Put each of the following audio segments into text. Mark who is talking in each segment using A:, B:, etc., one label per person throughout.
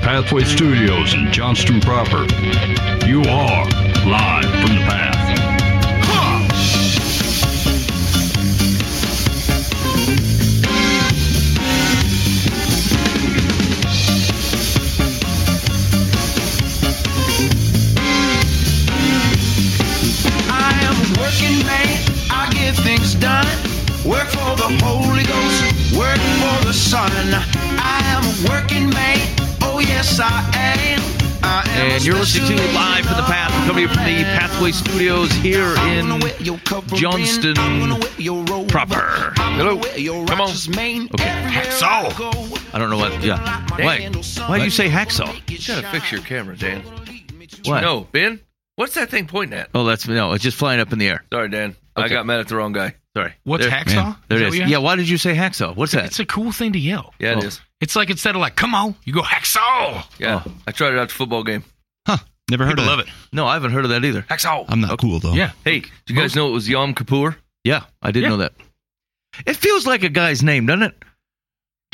A: Pathway Studios in Johnston proper. You are live from the path.
B: I am a working man. I get things done. Work for the Holy Ghost. Work for the Son. I am a working man. Oh yes, I am. I am
C: And you're listening to Live from the Path. We're coming from the Pathway Studios here in Johnston proper.
B: Hello.
C: Come on. Okay.
B: Hacksaw.
C: I don't know what- yeah. Why- why do you say hacksaw?
D: You gotta fix your camera, Dan.
C: What?
D: No, Ben. What's that thing pointing at?
C: Oh, that's no. It's just flying up in the air.
D: Sorry, Dan. I
C: Okay.
D: got mad at the wrong guy.
C: Sorry.
E: What's
C: There-
E: hacksaw?
C: man, there it
E: Is that what
C: is.
E: you
C: Yeah. Why did you say hacksaw? What's that?
E: It's a cool thing to yell.
D: Yeah, it
C: Oh.
D: is.
E: It's like instead of like, come on, you go hacksaw.
D: Yeah,
C: Oh.
D: I tried it out the football game.
F: Huh. Never heard
E: People
F: of
E: love
F: that.
E: it.
C: no, I haven't heard of that either.
E: Hacksaw.
F: I'm not cool though.
E: Yeah.
D: Hey, did you guys know it was Yom Kippur?
C: Yeah, I did
E: Yeah.
C: know that. It feels like a guy's name, doesn't it?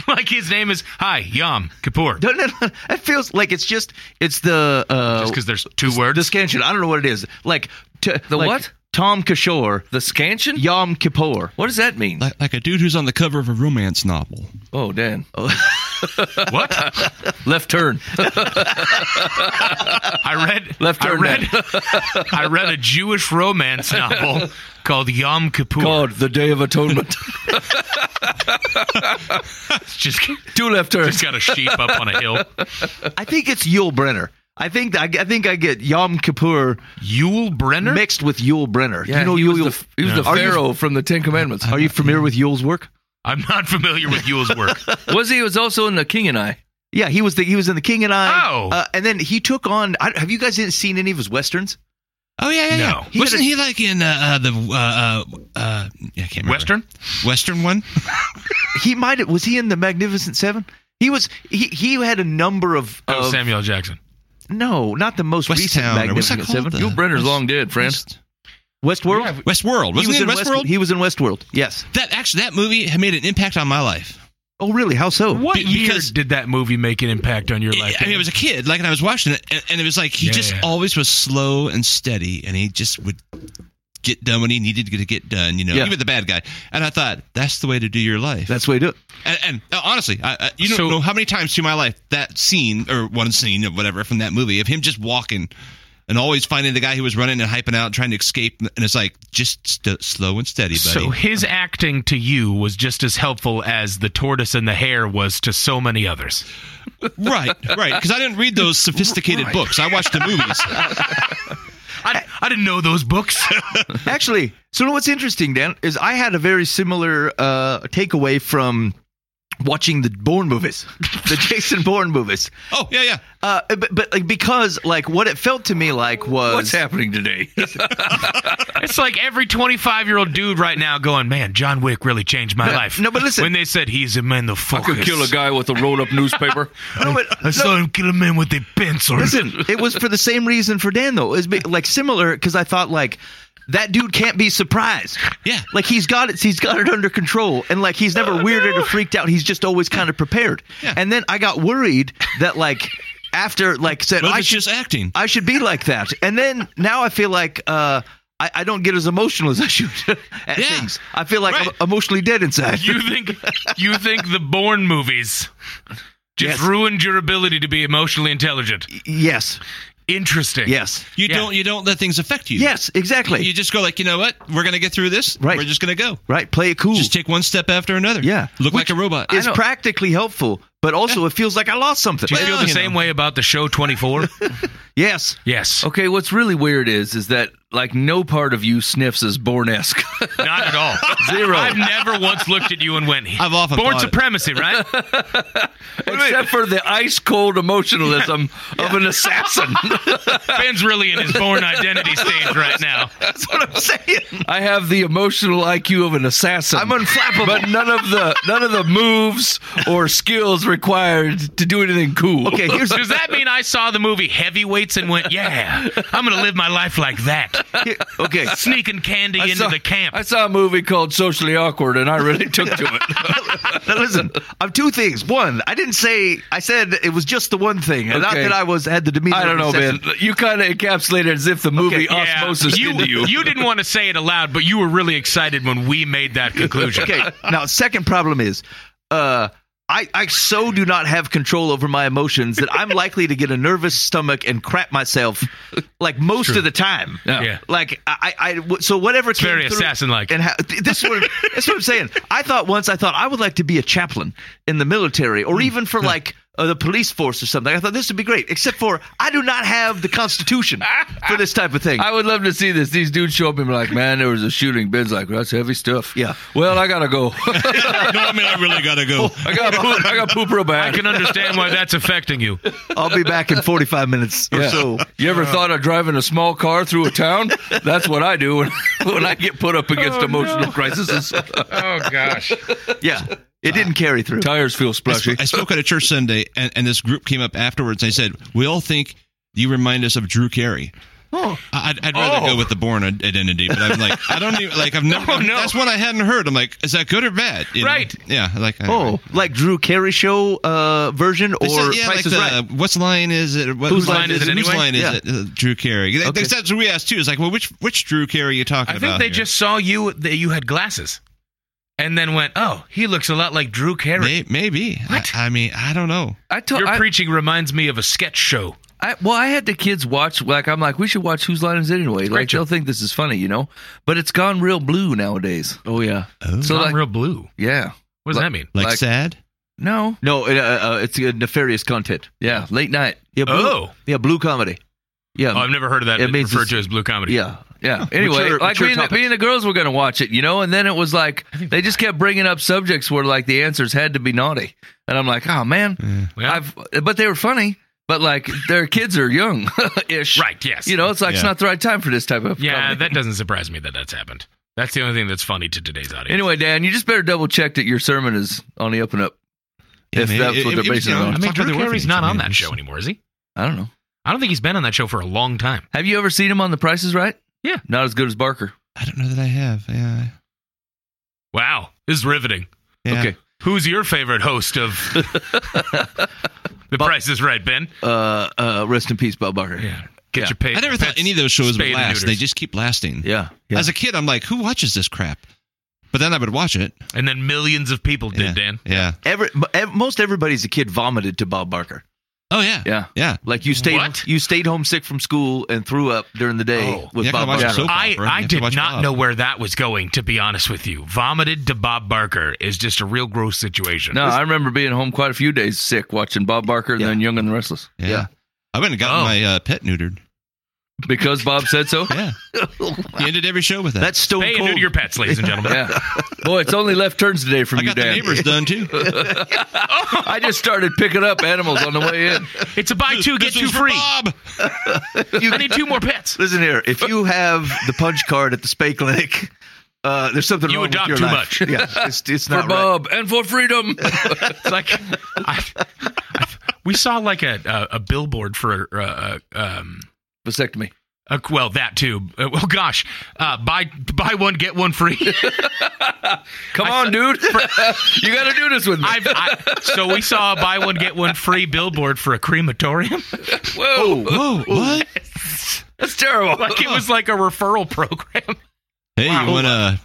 E: Like his name is Hi Yom Kippur.
C: Doesn't it? It feels like it's just it's the uh,
E: Just because there's two words.
C: the scansion. I don't know what it is. Like t-
D: The
C: like
D: what?
C: Tom Kishore,
D: The scansion?
C: Yom Kippur.
D: What does that mean?
F: Like, like a dude who's on the cover of a romance novel.
D: Oh, Dan.
E: what?
D: Left turn.
E: I read.
D: Left
E: I
D: turn,
E: read. I read a Jewish romance novel called Yom Kippur.
D: God, the Day of Atonement.
E: Just,
D: Two left turns.
E: just got a sheep up on a hill.
C: I think it's Yul Brenner. I think I, I think I get Yom Kippur
E: Yul Brenner.
C: mixed with Yul Brenner. Do
D: Yeah,
C: you know
D: he,
C: Yul?
D: was the, he was
E: Yeah.
D: the
C: Are you-
D: Pharaoh from the Ten Commandments.
C: Are you familiar with Yul's work?
E: I'm not familiar with Yul's work.
D: was he? he Was also in The King and I.
C: Yeah, he was the he was in the King and I.
E: Oh.
C: uh, and then he took on. I, have you guys seen any of his westerns?
F: Oh yeah, yeah,
E: No.
F: yeah. Wasn't he like in uh, uh, the uh, uh, uh, yeah, I can't remember.
E: Western.
F: Western one?
C: He might have- was he in the Magnificent Seven? He was. He he had a number of.
E: Oh,
C: of-
E: Samuel Jackson.
C: no, not the most
F: West
C: recent
F: Town. or What's that
C: Magnificent
F: called?
C: Seven.
D: Yul
F: Uh,
D: Brenner's
F: West-
D: long dead, friend.
F: West-
C: Westworld.
F: Westworld. Wasn't he, in
C: West-
F: Westworld?
C: He was in Westworld. Yes.
F: that actually that movie had made an impact on my life.
C: Oh, really? How so?
E: What
F: Be-
E: year
F: because-
E: did that movie make an impact on your life?
F: I mean, I was a kid, like, and I was watching it, and, and it was like he
E: Yeah,
F: just
E: yeah.
F: always was slow and steady, and he just would get done when he neneeded to get done. You know,
C: Yeah.
F: even the bad guy. And I thought that's the way to do your life.
C: That's the way to do it.
F: And, and uh, honestly, I, I, you don't
E: So-
F: know how many times through my life that scene or one scene or whatever from that movie of him just walking and always finding the guy who was running and hyping out, trying to escape, and it's like just st- slow and steady, buddy.
E: So his acting to you was just as helpful as the tortoise and the hare was to so many others.
F: right, right. Because I didn't read those sophisticated books. I watched the movies.
E: I, I didn't know those books.
C: Actually, so what's interesting, Dan, is I had a very similar uh, takeaway from watching the Bourne movies, the Jason Bourne movies.
F: Oh yeah, yeah.
C: Uh, but, but like, because like what it felt to me like was
D: What's happening today?
E: it's like every 25 year old dude right now going, man, John Wick really changed my
C: No,
E: life.
C: no, but listen-
E: When they said he's a man, the
D: I
E: focus.
D: could kill a guy with a rolled up newspaper.
C: No, but-
E: I saw him kill a man with a pencil.
C: Listen, it was for the same reason for Dan though. It's like similar because I thought like that dude can't be surprised.
F: Yeah. Oh,
C: like he's got it. He's got it under control, and like he's never weirded or freaked out. He's just always kind of prepared.
F: Yeah.
C: And then I got worried that like after like said
F: Well, if
C: I
F: it's
C: should
F: just acting.
C: I should be like that, and then now I feel like. uh I, I don't get as emotional as I should at
F: Yeah.
C: things. I feel like
F: Right.
C: I'm emotionally dead inside.
E: you think you think the Bourne movies just
C: Yes.
E: ruined your ability to be emotionally intelligent?
C: yes,
E: Interesting.
C: yes,
F: You
E: Yeah.
F: don't. You don't let things affect you.
C: yes, exactly.
F: You just go like, you know what? We're gonna get through this.
C: Right.
F: We're just gonna go.
C: right, play it cool.
F: Just take one step after another.
C: Yeah.
F: Look like a robot.
C: is practically helpful, but also it feels like I lost something.
E: Do you feel
F: Well,
E: the
F: you
E: same
F: know.
E: way about the show 24?
C: Yes.
E: yes.
D: Okay, what's really weird is is that like no part of you sniffs as Bourne esque.
E: Not at all. Zero. I've never once looked at you and went,
F: I've often
E: Born
F: thought it.
E: supremacy, right?
D: Except for the ice cold emotionalism of an assassin.
E: Ben's really in his born identity stage right now.
C: That's what I'm saying.
D: I have the emotional IQ of an assassin.
C: I'm unflappable.
D: but none of the none of the moves or skills required to do anything cool.
C: Okay, here's
E: Does that mean I saw the movie Heavyweights and went, yeah, I'm going to live my life like that?
C: here- okay.
E: Sneaking candy into
D: saw-
E: the camp.
D: I saw a movie called Socially Awkward, and I really took to it.
C: Now listen, I'm two things. One, I didn't say I said it was just the one thing, and not
D: Okay.
C: that I was had the demeanor.
D: I don't know,
C: of
D: man.
C: obsession.
D: You kind of encapsulated as if the movie
C: Okay,
E: Yeah,
D: osmosis
E: you,
D: into you.
E: you didn't want to say it aloud, but you were really excited when we made that conclusion.
C: Okay. Now, second problem is, uh, I I so do not have control over my emotions that I'm likely to get a nervous stomach and crap myself, like most of the time.
E: Yeah.
C: Like I, I- I w- so whatever came
E: very
C: through-
E: assassin-like.
C: And how, th- this is what, that's what I'm saying. I thought once I thought I would like to be a chaplain in the military
D: Hmm.
C: or even for like uh, the police force or something. I thought this would be great. Except for I do not have the constitution for this type of thing.
D: I would love to see this. These dudes show up and be like, "Man, there was a shooting." Ben's like, "That's heavy stuff."
C: Yeah.
D: Well, I gotta go. I
F: no, I mean I really gotta go.
C: Oh,
D: got poop, I got poop real
E: I
D: bad.
E: can understand why that's affecting you.
C: I'll be back in 45 minutes or
D: Yeah.
C: so.
D: You ever thought of driving a small car through a town? That's what I do when, when I get put up against emotional crises.
E: Oh, gosh.
C: Yeah. It didn't carry through.
D: Tires feel
F: I, sp-
D: splashy.
F: I spoke at a church Sunday, and, and this group came up afterwards. and They said, "We all think you remind us of Drew Carey." Oh, I'd, I'd rather go with the Born Ad- identity, but I'm like, I don't even like. I've never.
E: Oh, no.
F: That's one I hadn't heard. I'm like, is that good or bad? You know?
E: Right.
F: Yeah. Like. I-
C: Oh, like Drew Carey show uh, version or
F: They said, yeah,
C: Price
F: like
C: is
F: the,
C: Right?
F: What's line is it? What,
E: Whose line is it
F: Whose
E: anyway?
F: line is
C: Yeah.
F: it? Uh, Drew Carey. They-
C: Okay.
F: That's what we asked too. It's like, well, which which Drew Carey are you talking
E: I
F: about?
E: think they
F: here?
E: just saw you that you had glasses, and then went, "Oh, he looks a lot like Drew Carey."
F: May- maybe.
E: What?
F: I, I mean, I don't know.
D: I told
E: Your
D: I,
E: preaching reminds me of a sketch show.
D: I well, I had the kids watch. Like I'm like, we should watch Whose Line Is It Anyway? Like
E: show.
D: they'll think this is funny, you know. But it's gone real blue nowadays.
C: Oh yeah.
D: So
E: Not
D: like,
E: real blue.
D: yeah,
E: What does
D: Like-
E: that mean?
F: Like,
D: Like-
F: sad.
D: no,
C: No, it, uh, uh, it's uh, nefarious content.
D: yeah, late night,
C: Yeah. Blue,
E: Oh.
C: Yeah, blue comedy. Yeah.
E: Oh, I've never heard of that.
C: It means
E: referred
C: it's-
E: to as blue comedy.
C: yeah.
D: yeah. Anyway,
C: Mature-
D: like
C: mature
D: me, and the,
C: topics.
D: me and the girls were gonna watch it, you know. And then it was like they just kept bringing up subjects where like the answers had to be naughty, and I'm like, oh man,
E: Well,
D: I've but they were funny. But like their kids are young ish,
E: right. Yes.
D: You know, it's like it's
F: Yeah.
D: not the right time for this type of
E: Yeah,
D: comedy.
E: that doesn't surprise me that that's happened. That's the only thing that's funny to today's audience.
D: Anyway, Dan, you just better double check that your sermon is on the up and up.
F: Yeah,
D: if
F: maybe.
D: that's what
F: It-
D: they're
F: it was,
D: basing
F: you
D: it
F: know,
D: on.
E: I mean,
F: fuck with
E: Drew
F: their
E: Carey's
F: orphanage.
E: not
F: I
E: on
F: mean,
E: that
F: it's-
E: show anymore, is he?
D: I don't know.
E: I don't think he's been on that show for a long time.
D: Have you ever seen him on The Price is Right?
E: Yeah.
D: Not as good as Barker.
F: I don't know that I have. Yeah.
E: Wow, this is riveting.
F: Yeah.
C: Okay.
E: Who's your favorite host of The Price is Right, Ben?
C: Uh, uh, rest in peace, Bob Barker.
E: Yeah. Get
C: Yeah.
E: your pay.
F: I never thought any of those shows would
E: spayed and
F: last.
E: neuters.
F: They just keep lasting.
C: Yeah. yeah.
F: As a kid, I'm like, who watches this crap? But then I would watch it.
E: And then millions of people did,
F: yeah.
E: Dan.
F: Yeah.
C: Every, m- ev- most everybody's a kid vomited to Bob Barker.
F: Oh yeah.
D: Yeah.
F: Yeah.
C: Like you stayed
E: What?
C: you stayed home sick from school and threw up during the day
E: Oh.
C: with
F: Yeah,
C: Bob
F: I watched
C: Barker.
F: a soap
E: I,
F: opera. You
E: I
F: have to
E: did
F: watch
E: not
F: Bob.
E: know where that was going, to be honest with you. Vomited to Bob Barker is just a real gross situation.
D: No, I remember being home quite a few days sick watching Bob Barker and
C: Yeah.
D: then Young and the Restless
F: Yeah.
C: Yeah.
F: I went and got
E: Oh.
F: my uh, pet neutered.
D: because Bob said so.
F: Yeah. You ended every show with that.
C: That's stone
E: Pay and
C: cold.
E: neuter your pets, ladies and gentlemen.
D: yeah. Boy, it's only left turns today from
F: I
D: you,
F: got the
D: Dan.
F: neighbors done too.
D: I just started picking up animals on the way in.
E: It's a buy two,
F: This
E: get two
F: was for
E: free.
F: Bob.
E: I need two more pets.
C: Listen here, if you have the punch card at the Spay Clinic, uh, there's something
E: You
C: wrong
E: adopt
C: with
E: too
C: your life.
E: much.
C: Yeah, it's, it's
D: For
C: not right.
D: Bob and for freedom.
E: It's like I, I, we saw like a a, a billboard for uh, um.
D: Vasectomy.
E: A, well, that too. Uh, well, gosh, uh, buy buy one get one free.
D: Come on, dude. you got to do this with me.
E: I've, I, so we saw a buy one get one free billboard for a crematorium.
D: Whoa.
F: Whoa, what?
D: That's terrible.
E: Oh. Like it was like a referral program.
F: Hey, you want to?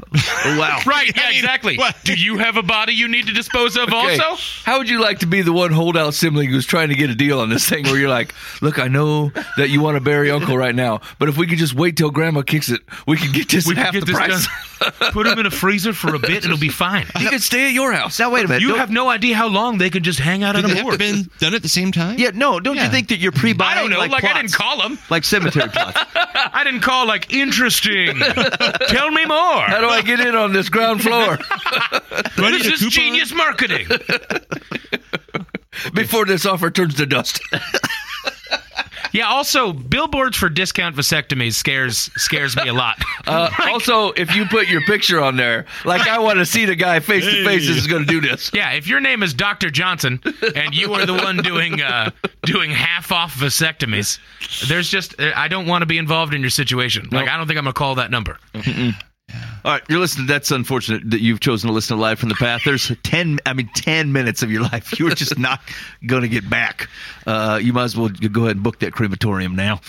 C: Wow.
E: Right?
F: I
E: Yeah,
F: mean,
E: exactly.
F: what?
E: Do you have a body you need to dispose of?
D: Okay.
E: Also,
D: How would you like to be the one holdout sibling who's trying to get a deal on this thing where you're like, look, I know that you want to bury uncle right now, but if we could just wait till grandma kicks it, we can get this
E: we
D: at
E: can
D: half
E: get
D: the
E: this
D: price.
E: done. Put them in a freezer for a bit. It'll be fine.
D: You can stay at your house.
C: Now wait a minute.
E: You
C: Don't-
E: have no idea how long they can just hang out
F: Did
E: on
F: they
E: a
F: have to
E: board.
F: been done at the same time?
C: yeah, no. Don't you
F: Yeah.
C: think that you're pre-buying?
E: I don't know. Like,
C: Like,
E: I didn't
C: plots?
E: call them.
C: like cemetery plots.
E: I didn't call like interesting. Tell me more.
D: How do I get in on this ground floor
F: Do I need
E: This
F: a
E: is
F: coupon?
E: genius marketing.
D: before this offer turns to dust?
E: Yeah. Also, billboards for discount vasectomies scares scares me a lot.
D: Uh, also, if you put your picture on there, like I want to see the guy face to face that's going to do this.
E: yeah. If your name is Doctor Johnson and you are the one doing uh, doing half off vasectomies, there's just I don't want to be involved in your situation. Like I don't think I'm gonna call that number.
C: All right, you're listening. That's unfortunate that you've chosen to listen to live from the path. There's ten, I mean, ten minutes of your life you're just not going to get back. Uh, you might as well go ahead and book that crematorium now.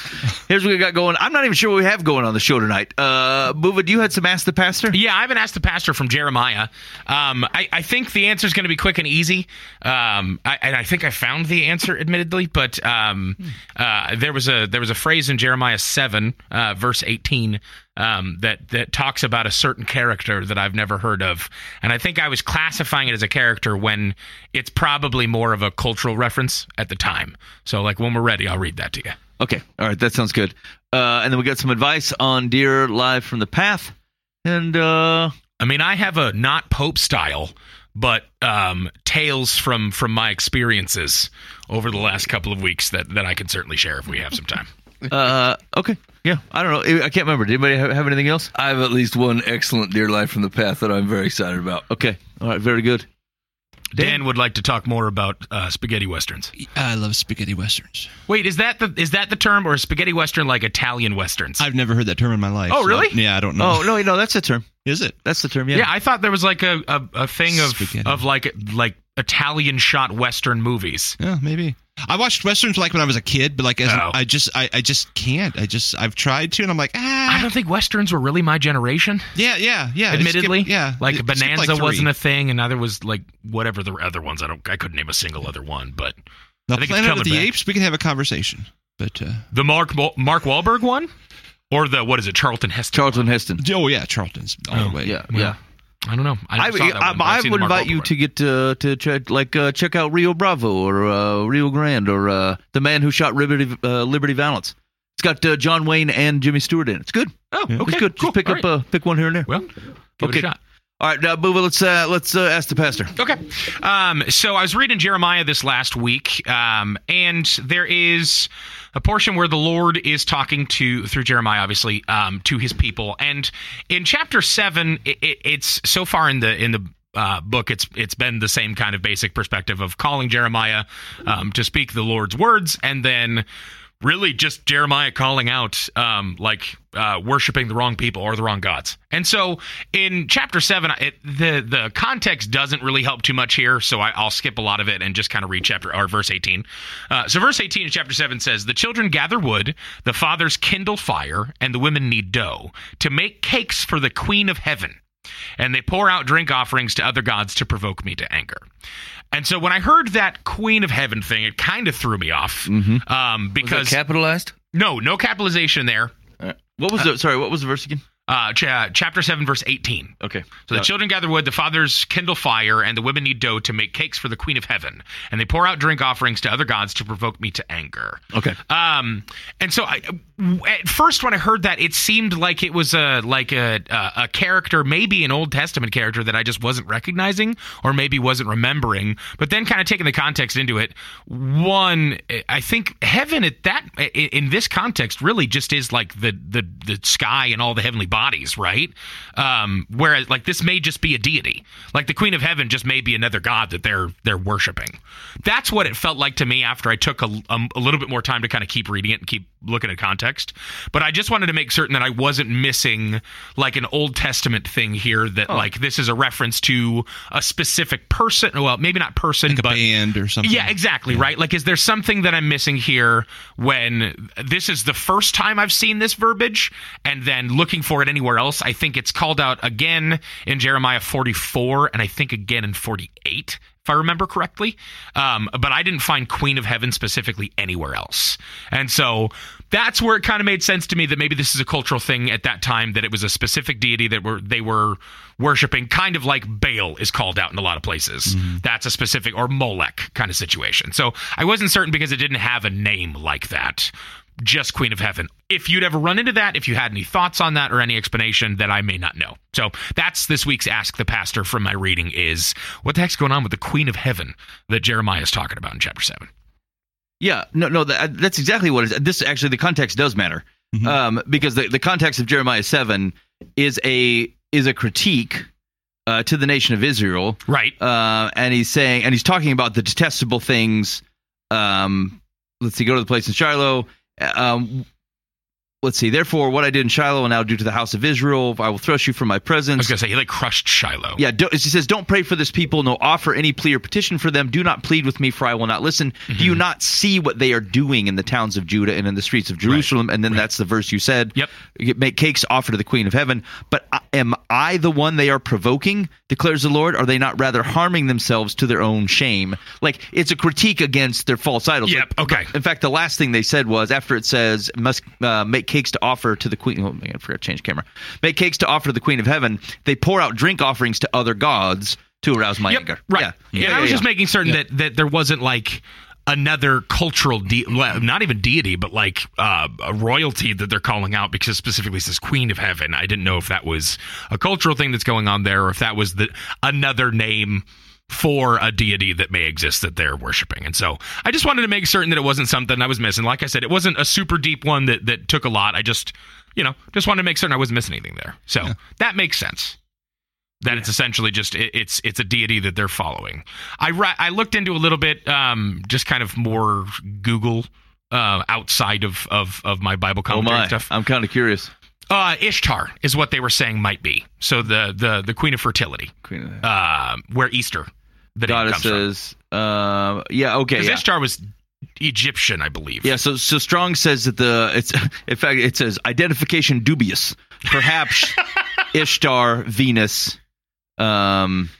C: Here's what we got going. I'm not even sure what we have going on the show tonight. Uh, Buva, do you had some ask the pastor?
E: Yeah, I haven't asked the pastor from Jeremiah. Um, I, I think the answer is going to be quick and easy. Um, I, and I think I found the answer, admittedly, but um, uh, there was a there was a phrase in Jeremiah seven, uh, verse eighteen, um, that that talks about a certain character that I've never heard of, and I think I was classifying it as a character when it's probably more of a cultural reference at the time. So, like when we're ready, I'll read that to you.
C: Okay. All right. That sounds good. Uh, and then we got some advice on deer live from the path. And uh,
E: I mean, I have a not Pope style, but um, tales from from my experiences over the last couple of weeks that that I can certainly share if we have some time.
C: uh, okay. Yeah. I don't know. I can't remember. Did anybody have, have anything else?
D: I have at least one excellent deer life from the path that I'm very excited about.
C: Okay. All right. Very good.
E: Dan, would like to talk more about uh, spaghetti westerns.
F: I love spaghetti westerns.
E: Wait, is that the is that the term or is spaghetti western like Italian westerns?
F: I've never heard that term in my life.
E: Oh, really?
F: so- yeah, I don't know.
C: Oh, no, no, that's the term.
F: Is it?
C: That's the term. Yeah.
E: yeah, I thought there was like a a, a thing of
F: Spaghetti.
E: of like like Italian shot western movies.
F: Yeah, maybe. I watched westerns like when I was a kid, but like as
E: Oh.
F: I just I, I just can't. I just I've tried to, and I'm like
E: I
F: ah
E: don't think westerns were really my generation.
F: yeah yeah yeah. I just
E: admittedly.
F: skipped- yeah,
E: like
F: it skipped,
E: Bonanza
F: like,
E: wasn't
F: three.
E: a thing, and neither was like whatever the other ones. I don't, I couldn't name a single other one, but
F: Now,
E: I think it's
F: Planet
E: coming
F: of the
E: back.
F: Apes. We can have a conversation, but uh,
E: the Mark Wa- Mark Wahlberg one, or the what is it, Charlton Heston?
C: Charlton Heston.
F: oh yeah, Charlton's all
E: Oh,
F: the way.
C: Yeah.
E: Well,
C: yeah.
E: I don't know. I,
C: I,
E: never saw that
C: I,
E: one, but I've
C: I
E: seen the
C: would
E: Mark
C: invite
E: Wahlberg
C: you
E: one.
C: to get uh, to check like uh, check out Rio Bravo or uh, Rio Grande or uh, the man who shot Liberty uh, Liberty Valance. It's got uh, John Wayne and Jimmy Stewart in it. It's good.
E: Oh, okay,
C: It's good.
E: cool.
C: Just pick
E: All
C: up
E: right.
C: uh, pick one here and there.
E: well, give it
C: Okay.
E: a shot.
C: All right, now, Booba, let's uh, let's uh, ask the pastor.
E: Okay. Um, so I was reading Jeremiah this last week, um, and there is a portion where the Lord is talking to through Jeremiah, obviously, um, to his people. And in chapter seven, it, it, it's so far in the in the uh, book, it's it's been the same kind of basic perspective of calling Jeremiah um, to speak the Lord's words, and then really just Jeremiah calling out um, like uh, worshiping the wrong people or the wrong gods. And so in chapter seven, it, the the context doesn't really help too much here, so I, I'll skip a lot of it and just kind of read chapter or verse eighteen. Uh, so verse eighteen in chapter seven says, "The children gather wood, the fathers kindle fire, and the women knead dough to make cakes for the queen of heaven." and they pour out drink offerings to other gods to provoke me to anger. And so when I heard that Queen of Heaven thing, it kind of threw me off um,
D: Is
E: because
D: that capitalized? Uh,
E: no, no capitalization there.
C: What was the sorry? What was the verse again?
E: Uh, cha- chapter seven, verse eighteen.
C: Okay,
E: So the children gather wood, the fathers kindle fire, and the women knead dough to make cakes for the Queen of Heaven, and they pour out drink offerings to other gods to provoke me to anger.
C: okay.
E: Um, and so I, at first when I heard that, it seemed like it was a like a a character, maybe an Old Testament character that I just wasn't recognizing or maybe wasn't remembering. But then, kind of taking the context into it, one, I think heaven at that i- in this context really just is like the the the sky and all the heavenly bodies, right? Um, whereas like this may just be a deity, like the Queen of Heaven just may be another god that they're they're worshiping. That's what it felt like to me after I took a, um, a little bit more time to kind of keep reading it and keep looking at context. But I just wanted to make certain that I wasn't missing like an Old Testament thing here. That
F: Oh.
E: like this is a reference to a specific person. Well, maybe not person,
F: Like a
E: but
F: band or something.
E: yeah, exactly, right? Like, is there something that I'm missing here when this is the first time I've seen this verbiage? And then looking for it anywhere else, I think it's called out again in Jeremiah 44, and I think again in 48, if I remember correctly. Um, but I didn't find Queen of Heaven specifically anywhere else. And so that's where it kind of made sense to me that maybe this is a cultural thing at that time, that it was a specific deity that were they were worshiping, kind of like Baal is called out in a lot of places. That's a specific or Molech kind of situation. So I wasn't certain because it didn't have a name like that. Just Queen of Heaven. If you'd ever run into that, if you had any thoughts on that or any explanation that I may not know. So that's this week's Ask the Pastor from my reading is what the heck's going on with the Queen of Heaven that Jeremiah is talking about in chapter 7.
C: Yeah, no, no, that, that's exactly what it is. This actually, the context does matter
E: Mm-hmm.
C: um, because the, the context of Jeremiah seven is a is a critique uh, to the nation of Israel,
E: Right.
C: uh, and he's saying and he's talking about the detestable things. Um, let's see, go to the place in Shiloh. Uh, Um, let's see. Therefore, what I did in Shiloh, and now do to the house of Israel, I will thrust you from my
E: I was
C: presence.
E: gonna say he like crushed Shiloh.
C: Yeah, do, she says, "Don't pray for this people, no offer any plea or petition for them. Do not plead with me, for I will not listen. Do
E: Mm-hmm.
C: you not see what they are doing in the towns of Judah and in the streets of Jerusalem?" And then that's the verse you said.
E: Yep.
C: You Make cakes offer to the Queen of Heaven. But I- am I the one they are provoking? Declares the Lord. Are they not rather harming themselves to their own shame? Like it's a critique against their false idols.
E: Yep,
C: Like,
E: okay.
C: in fact, the last thing they said was after it says must uh, make cakes to offer to the queen. Oh, man, I forgot to change camera. Make cakes to offer to the queen of heaven. They pour out drink offerings to other gods to arouse my
E: Yep,
C: anger.
E: Right.
C: Yeah.
E: And I was just making certain that that there wasn't like another cultural de- well, not even deity but like uh, a royalty that they're calling out because it specifically says queen of heaven i didn't know if that was a cultural thing that's going on there or if that was the another name for a deity that may exist that they're worshiping and so i just wanted to make certain that it wasn't something i was missing like i said it wasn't a super deep one that that took a lot i just you know just wanted to make certain i wasn't missing anything there so that makes sense that it's essentially just it, it's it's a deity that they're following. I ri- I looked into a little bit, um, just kind of more Google uh, outside of of of my Bible
C: Oh
E: commentary
C: my!
E: and stuff.
C: I'm kind of curious.
E: Uh, Ishtar is what they were saying might be. So the the the queen of fertility,
C: Queen of
E: uh, where Easter the name comes from.
C: Goddesses. Um, yeah. Okay.
E: Because
C: Yeah.
E: Ishtar was Egyptian, I believe.
C: Yeah, so so Strong says that the it's in fact it says identification dubious. Perhaps Ishtar, Venus. Um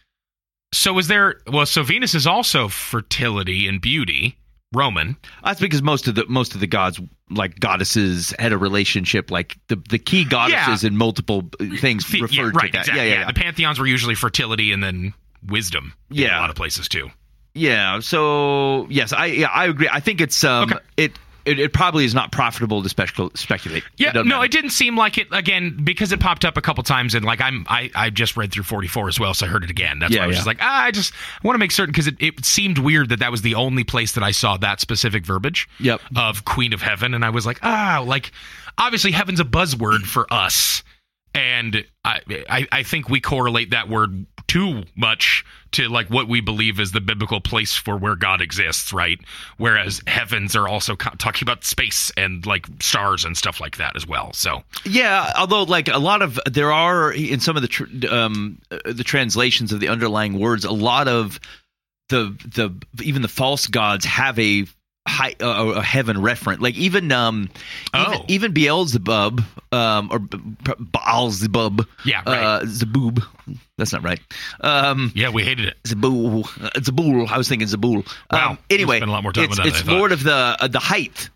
E: So is there? Well, so Venus is also fertility and beauty, Roman.
C: That's because most of the most of the gods, like goddesses, had a relationship. Like the the key goddesses in multiple uh, things
E: Fe-
C: referred
E: yeah,
C: to
E: right,
C: that.
E: Exactly.
C: Yeah, yeah, yeah.
E: The pantheons were usually fertility and then wisdom. in
C: Yeah.
E: a lot of places too.
C: Yeah, So yes, I yeah I agree. I think it's um
E: Okay.
C: it, it it probably is not profitable to specul- speculate. It
E: Yeah, no,
C: doesn't matter.
E: it didn't seem like it again because it popped up a couple times and like I'm I I just read through 44 as well, so I heard it again. That's
C: Yeah,
E: why I was
C: yeah.
E: just like ah, I just want to make certain because it, it seemed weird that that was the only place that I saw that specific verbiage
C: Yep.
E: of Queen of Heaven, and I was like ah, like obviously heaven's a buzzword for us, and I I, I think we correlate that word too much to like what we believe is the biblical place for where God exists, right? Whereas heavens are also co- talking about space and like stars and stuff like that as well. So
C: Yeah, although like a lot of there are in some of the tr- um uh, the translations of the underlying words, a lot of the the even the false gods have a high uh, a heaven referent. Like even um
E: Oh.
C: even, even Beelzebub um or B- B- Baalzebub
E: Yeah,
C: uh,
E: right.
C: Zebub that's not right um
E: yeah, we hated it.
C: Zabul, Uh, Zabul. I was thinking Zabul.
E: Wow.
C: Um, anyway,
E: You spent a lot more time
C: it's,
E: with that
C: it's
E: than I thought.
C: Lord of the uh, the height.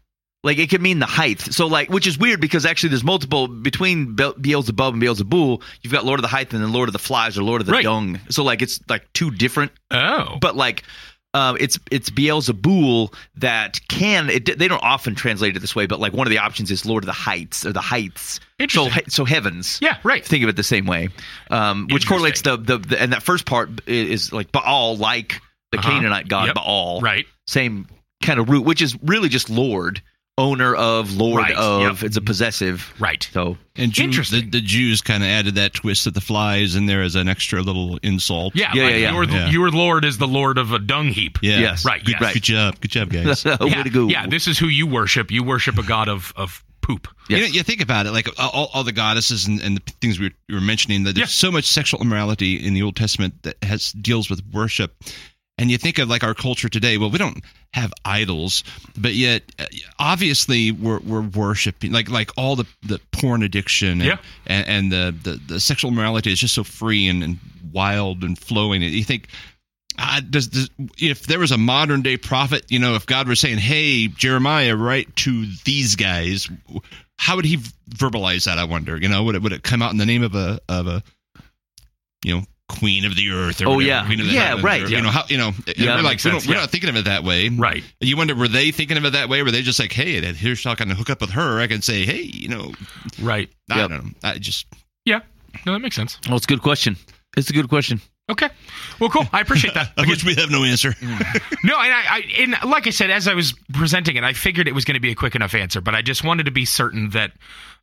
C: Like it could mean the height. So like, which is weird because actually there's multiple between Be- Beelzebub and Beelzebul. You've got Lord of the height and then Lord of the flies or Lord of the
E: Right.
C: dung. So like it's like two different
E: Oh,
C: but like uh, it's it's Beelzebul that can it, they don't often translate it this way, but like one of the options is Lord of the Heights or the Heights. So
E: Interesting.
C: he- so heavens.
E: Yeah, right.
C: Think of it the same way, um, which correlates the, the the and that first part i- is like Baal, like the
E: Uh-huh.
C: Canaanite god
E: Yep.
C: Baal,
E: right.
C: Same kind of root, which is really just Lord, owner of, Lord
E: Right,
C: of.
E: yep.
C: It's a possessive.
E: Right.
C: So
F: And Jew,
E: Interesting.
F: The, the Jews kind of added that twist that the flies in there as an extra little insult.
E: Yeah,
C: Yeah,
E: like
C: yeah, yeah.
E: Your,
F: Yeah.
E: your Lord is the Lord of a dung heap.
F: Yeah.
C: Yes.
E: Right,
F: Good,
E: yes.
F: good job. Good job, guys.
C: that's a way
E: yeah,
C: to go.
E: yeah, this is who you worship. You worship a god of of poop.
C: Yes.
F: You, know, you think about it, like uh, all, all the goddesses and, and the things we were, we were mentioning, that there's
E: Yeah.
F: so much sexual immorality in the Old Testament that has deals with worship. And you think of like our culture today. Well, we don't have idols, but yet uh, obviously we're, we're worshiping like like all the, the porn addiction and,
E: Yeah.
F: and, and the, the, the sexual immorality is just so free and, and wild and flowing. You think I, does, does if there was a modern day prophet, you know, if God were saying, "Hey, Jeremiah, write to these guys," how would he verbalize that? I wonder. You know, would it would it come out in the name of a of a you know queen of the earth? Or
C: Oh,
F: whatever,
C: yeah.
F: queen of the
C: Yeah,
F: heavens,
C: right,
F: or,
C: yeah.
F: You know how you know
C: that
F: we're like
E: makes
F: we don't,
E: sense,
F: we're
E: yeah.
F: not thinking of it that way,
E: Right.
F: You wonder were they thinking of it that way? Were they just like, "Hey, that here's how I can hook up with her. I can say, hey, you know,
E: Right.
F: I
C: Yep.
F: don't know, I just."
E: Yeah. No, that makes sense.
C: Well, it's a good question. It's a good question.
E: Okay. Well, cool. I appreciate that.
F: Of which we have no answer.
E: No, and I, I and like I said, as I was presenting it, I figured it was going to be a quick enough answer, but I just wanted to be certain that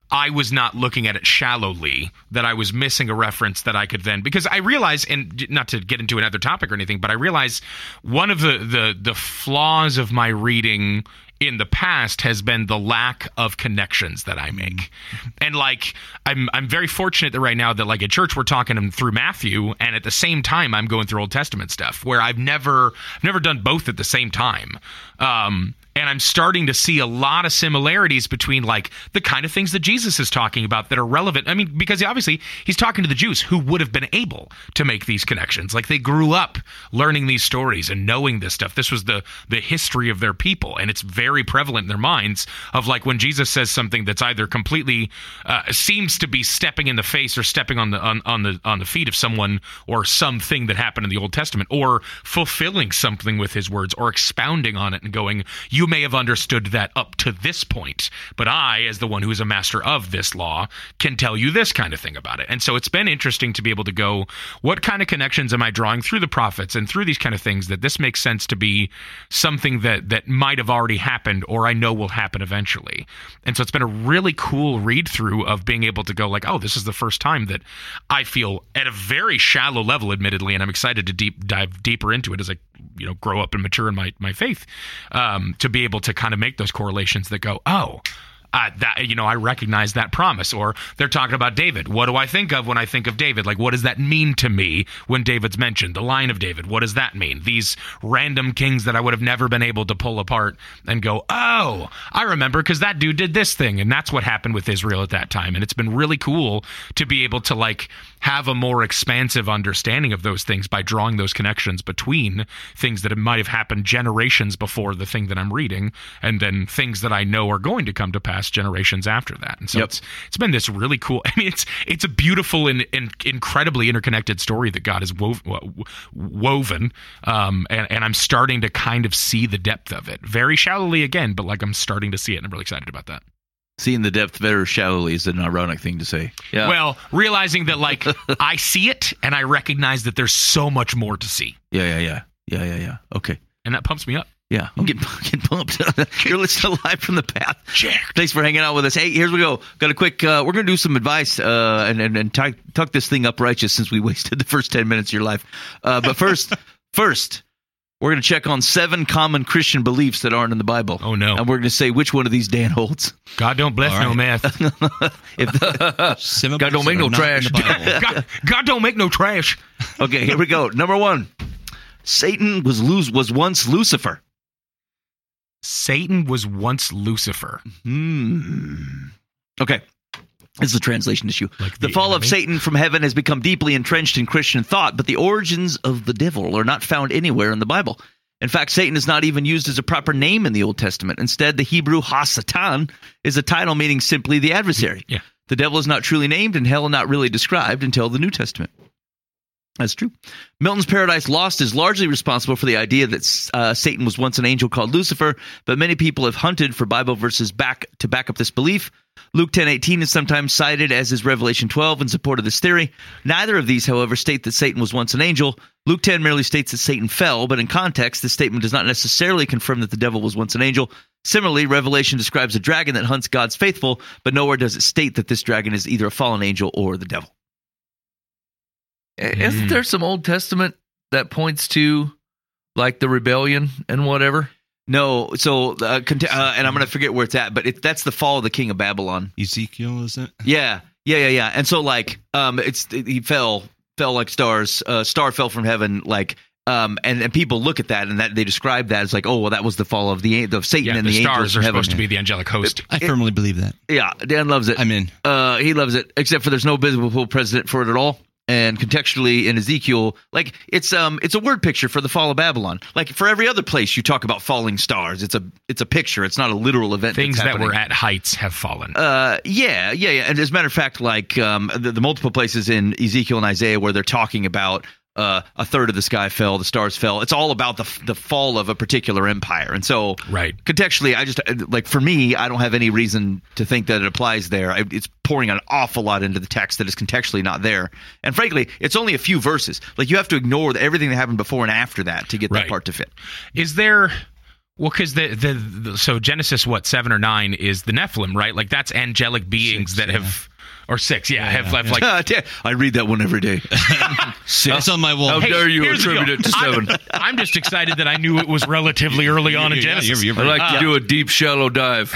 E: I was not looking at it shallowly, that I was missing a reference that I could then because I realize, and not to get into another topic or anything, but I realize one of the the the flaws of my reading in the past has been the lack of connections that I make. And like I'm I'm very fortunate that right now that like at church we're talking them through Matthew and at the same time I'm going through Old Testament stuff where I've never I've never done both at the same time. Um and I'm starting to see a lot of similarities between like the kind of things that Jesus is talking about that are relevant. I mean, because obviously he's talking to the Jews who would have been able to make these connections. Like they grew up learning these stories and knowing this stuff. This was the the history of their people, and it's very prevalent in their minds of like when Jesus says something that's either completely uh, seems to be stepping in the face or stepping on the on, on the on the feet of someone or something that happened in the Old Testament or fulfilling something with his words or expounding on it and going, you may have understood that up to this point, but I, as the one who is a master of this law, can tell you this kind of thing about it. And so it's been interesting to be able to go, what kind of connections am I drawing through the prophets and through these kind of things that this makes sense to be something that that might have already happened or I know will happen eventually. And so it's been a really cool read through of being able to go like, oh, this is the first time that I feel at a very shallow level, admittedly, and I'm excited to deep dive deeper into it as I you know grow up and mature in my my faith um, to be able to kind of make those correlations that go oh uh, that you know I recognize that promise or they're talking about David what do I think of when I think of David like what does that mean to me when David's mentioned the line of David what does that mean these random kings that I would have never been able to pull apart and go oh I remember because that dude did this thing and that's what happened with Israel at that time and it's been really cool to be able to like have a more expansive understanding of those things by drawing those connections between things that might have happened generations before the thing that I'm reading, and then things that I know are going to come to pass generations after that. And so
D: Yep.
E: it's it's been this really cool. I mean, it's it's a beautiful and, and incredibly interconnected story that God has wove, wo- woven, um, and, and I'm starting to kind of see the depth of it very shallowly again, but like I'm starting to see it, and I'm really excited about that.
C: Seeing the depth very shallowly is an ironic thing to say. Yeah.
E: Well, realizing that like I see it and I recognize that there's so much more to see.
C: yeah, yeah, yeah, yeah, yeah, yeah. Okay.
E: and that pumps me up.
C: Yeah, I'm getting, getting pumped. You're listening to Live from the Path. Thanks for hanging out with us. Hey, here's we go. Got a quick. Uh, we're gonna do some advice uh, and and, and tuck, tuck this thing up righteous since we wasted the first ten minutes of your life. Uh, but first, first, we're gonna check on seven common Christian beliefs that aren't in the Bible.
E: Oh, no.
C: And we're gonna say which one of these Dan holds.
E: God don't bless no math.
C: If
F: Symbols
D: God don't make no
F: that are not in the
D: trash.
F: Bible.
E: God, God don't make no trash.
C: okay, here we go. Number one, Satan was lose was once Lucifer.
E: Satan was once Lucifer.
C: Hmm. Okay. This is a translation issue.
E: Like
C: the,
E: the
C: fall of
E: enemy?
C: Satan from heaven has become deeply entrenched in Christian thought, but the origins of the devil are not found anywhere in the Bible. In fact, Satan is not even used as a proper name in the Old Testament. Instead, the Hebrew ha-satan is a title meaning simply the adversary.
E: Yeah.
C: The devil is not truly named and hell not really described until the New Testament. That's true. Milton's Paradise Lost is largely responsible for the idea that uh, Satan was once an angel called Lucifer, but many people have hunted for Bible verses back to back up this belief. Luke 10:18 is sometimes cited as is Revelation 12 in support of this theory. Neither of these, however, state that Satan was once an angel. Luke 10 merely states that Satan fell, but in context, this statement does not necessarily confirm that the devil was once an angel. Similarly, Revelation describes a dragon that hunts God's faithful, but nowhere does it state that this dragon is either a fallen angel or the devil.
D: Isn't there
C: Mm.
D: some Old Testament that points to like the rebellion and whatever?
C: No, so uh, cont- uh, and I'm gonna forget where it's at, but it, that's the fall of the king of Babylon.
F: Ezekiel, is it?
C: Yeah, yeah, yeah, yeah. And so like, um, it's he fell, fell like stars. Uh, star fell from heaven, like, um, and, and people look at that and that they describe that as like, oh well, that was the fall of the an- of Satan
E: Yeah,
C: and
E: the,
C: the, angels
E: stars
C: from
E: are
C: heaven.
E: supposed to be the angelic host.
F: I firmly believe that.
C: yeah, Dan loves it.
F: I'm in.
C: Uh, he loves it, except for there's no biblical precedent for it at all. And contextually in Ezekiel, like it's um it's a word picture for the fall of Babylon. Like for every other place you talk about falling stars, it's a it's a picture. It's not a literal event.
E: Things
C: that's
E: that
C: happening.
E: were at heights have fallen.
C: Uh, yeah, yeah, yeah. And as a matter of fact, like um, the, the multiple places in Ezekiel and Isaiah where they're talking about uh, a third of the sky fell, the stars fell. It's all about the f- the fall of a particular empire, and so
E: Right.
C: contextually, I just uh, like for me, I don't have any reason to think that it applies there. I, it's pouring an awful lot into the text that is contextually not there, and frankly, it's only a few verses. Like you have to ignore the, everything that happened before and after that to get
E: Right.
C: that part to fit.
E: Is there? Well, because the, the the so Genesis what seven or nine is the Nephilim, right? Like that's angelic beings that have or six, yeah, have left like
C: I read that one every day.
F: That's on my
D: How
F: wall.
D: dare you
E: here's the
D: attribute
E: deal.
D: it to
E: I'm-
D: seven?
E: I'm, just excited that I knew it was relatively early on in
F: Yeah,
E: Genesis.
F: you're-
D: I
F: you're-
D: like to do a deep, shallow dive.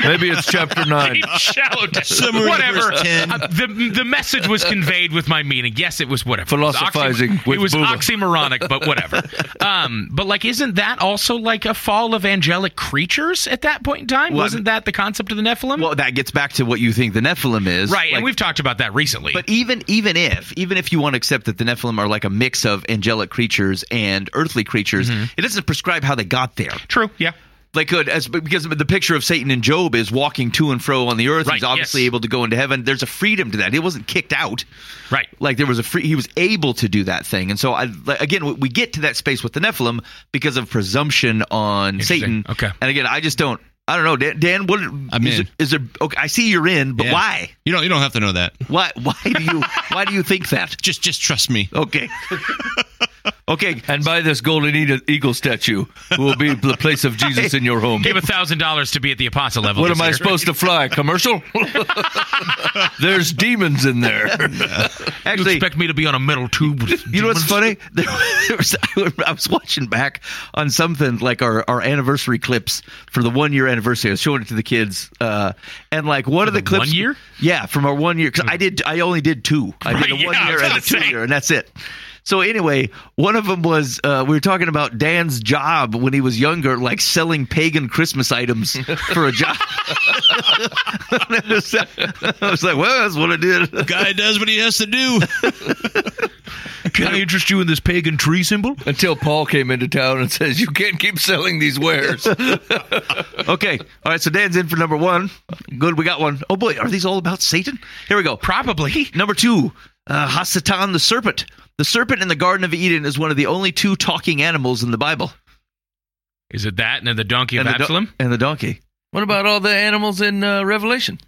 D: Maybe it's chapter nine.
E: Shallow depth.
F: Somewhere in
E: whatever.
F: verse 10.
E: Uh, the the message was conveyed with my meaning. Yes, it was whatever.
D: Philosophizing
E: It was, oxy-
D: with
E: it was
D: Bubba.
E: oxymoronic, but whatever. Um, but like, isn't that also like a fall of angelic creatures at that point in time?
C: Well,
E: Wasn't that the concept of the Nephilim?
C: well, that gets back to what you think the Nephilim is,
E: right,
C: Like,
E: and we've talked about that recently.
C: But even even if even if you want to accept that the Nephilim are like a mix of angelic creatures and earthly creatures,
E: Mm-hmm.
C: it doesn't prescribe how they got there.
E: True. Yeah.
C: Like could as because the picture of Satan and Job is walking to and fro on the earth.
E: Right,
C: He's obviously
E: yes.
C: able to go into heaven. There's a freedom to that. He wasn't kicked out.
E: Right.
C: Like there was a free. He was able to do that thing. And so I like, again we- we get to that space with the Nephilim because of presumption on
E: Interesting.
C: Satan.
E: Okay.
C: And again, I just don't. I don't know, Dan. Dan what
F: I'm
C: is
F: in.
C: it? Is there? Okay, I see you're in, but
F: Yeah.
C: why?
F: You don't. You don't have to know that.
C: Why? Why do you? why do you think that?
F: Just, just trust me.
C: Okay. okay.
D: And buy this golden eagle- eagle statue will be the place of Jesus in your home.
E: Give a thousand dollars to be at the apostle level.
D: What am I
E: this year.
D: supposed to fly? Commercial? There's demons in there.
E: You
C: Actually,
E: expect me to be on a metal tube? with
C: you know what's funny?
E: demons?
C: There, there was, I was watching back on something like our, our anniversary clips for the one year anniversary. I was showing it to the kids, uh, and like one of the,
E: the
C: clips,
E: one year?
C: yeah, from our one year. Because I did, I only did two. I
E: Right,
C: did the one
E: yeah, I
C: year
E: was
C: and
E: gonna
C: the two
E: say.
C: year, and that's it. So anyway, one of them was uh, we were talking about Dan's job when he was younger, like selling pagan Christmas items for a job. I was like, well, that's what I did.
F: Guy does what he has to do.
E: Can I interest you in this pagan tree symbol?
D: Until Paul came into town and says, You can't keep selling these wares.
C: Okay. All right. So Dan's in for number one. Good. We got one. Oh boy. Are these all about Satan? Here we go.
E: Probably.
C: Number two, uh, Hasatan the serpent. The serpent in the Garden of Eden is one of the only two talking animals in the Bible.
E: Is it that and then the donkey of
C: and, the do-
E: Absalom?
C: and the donkey.
D: What about all the animals in uh, Revelation?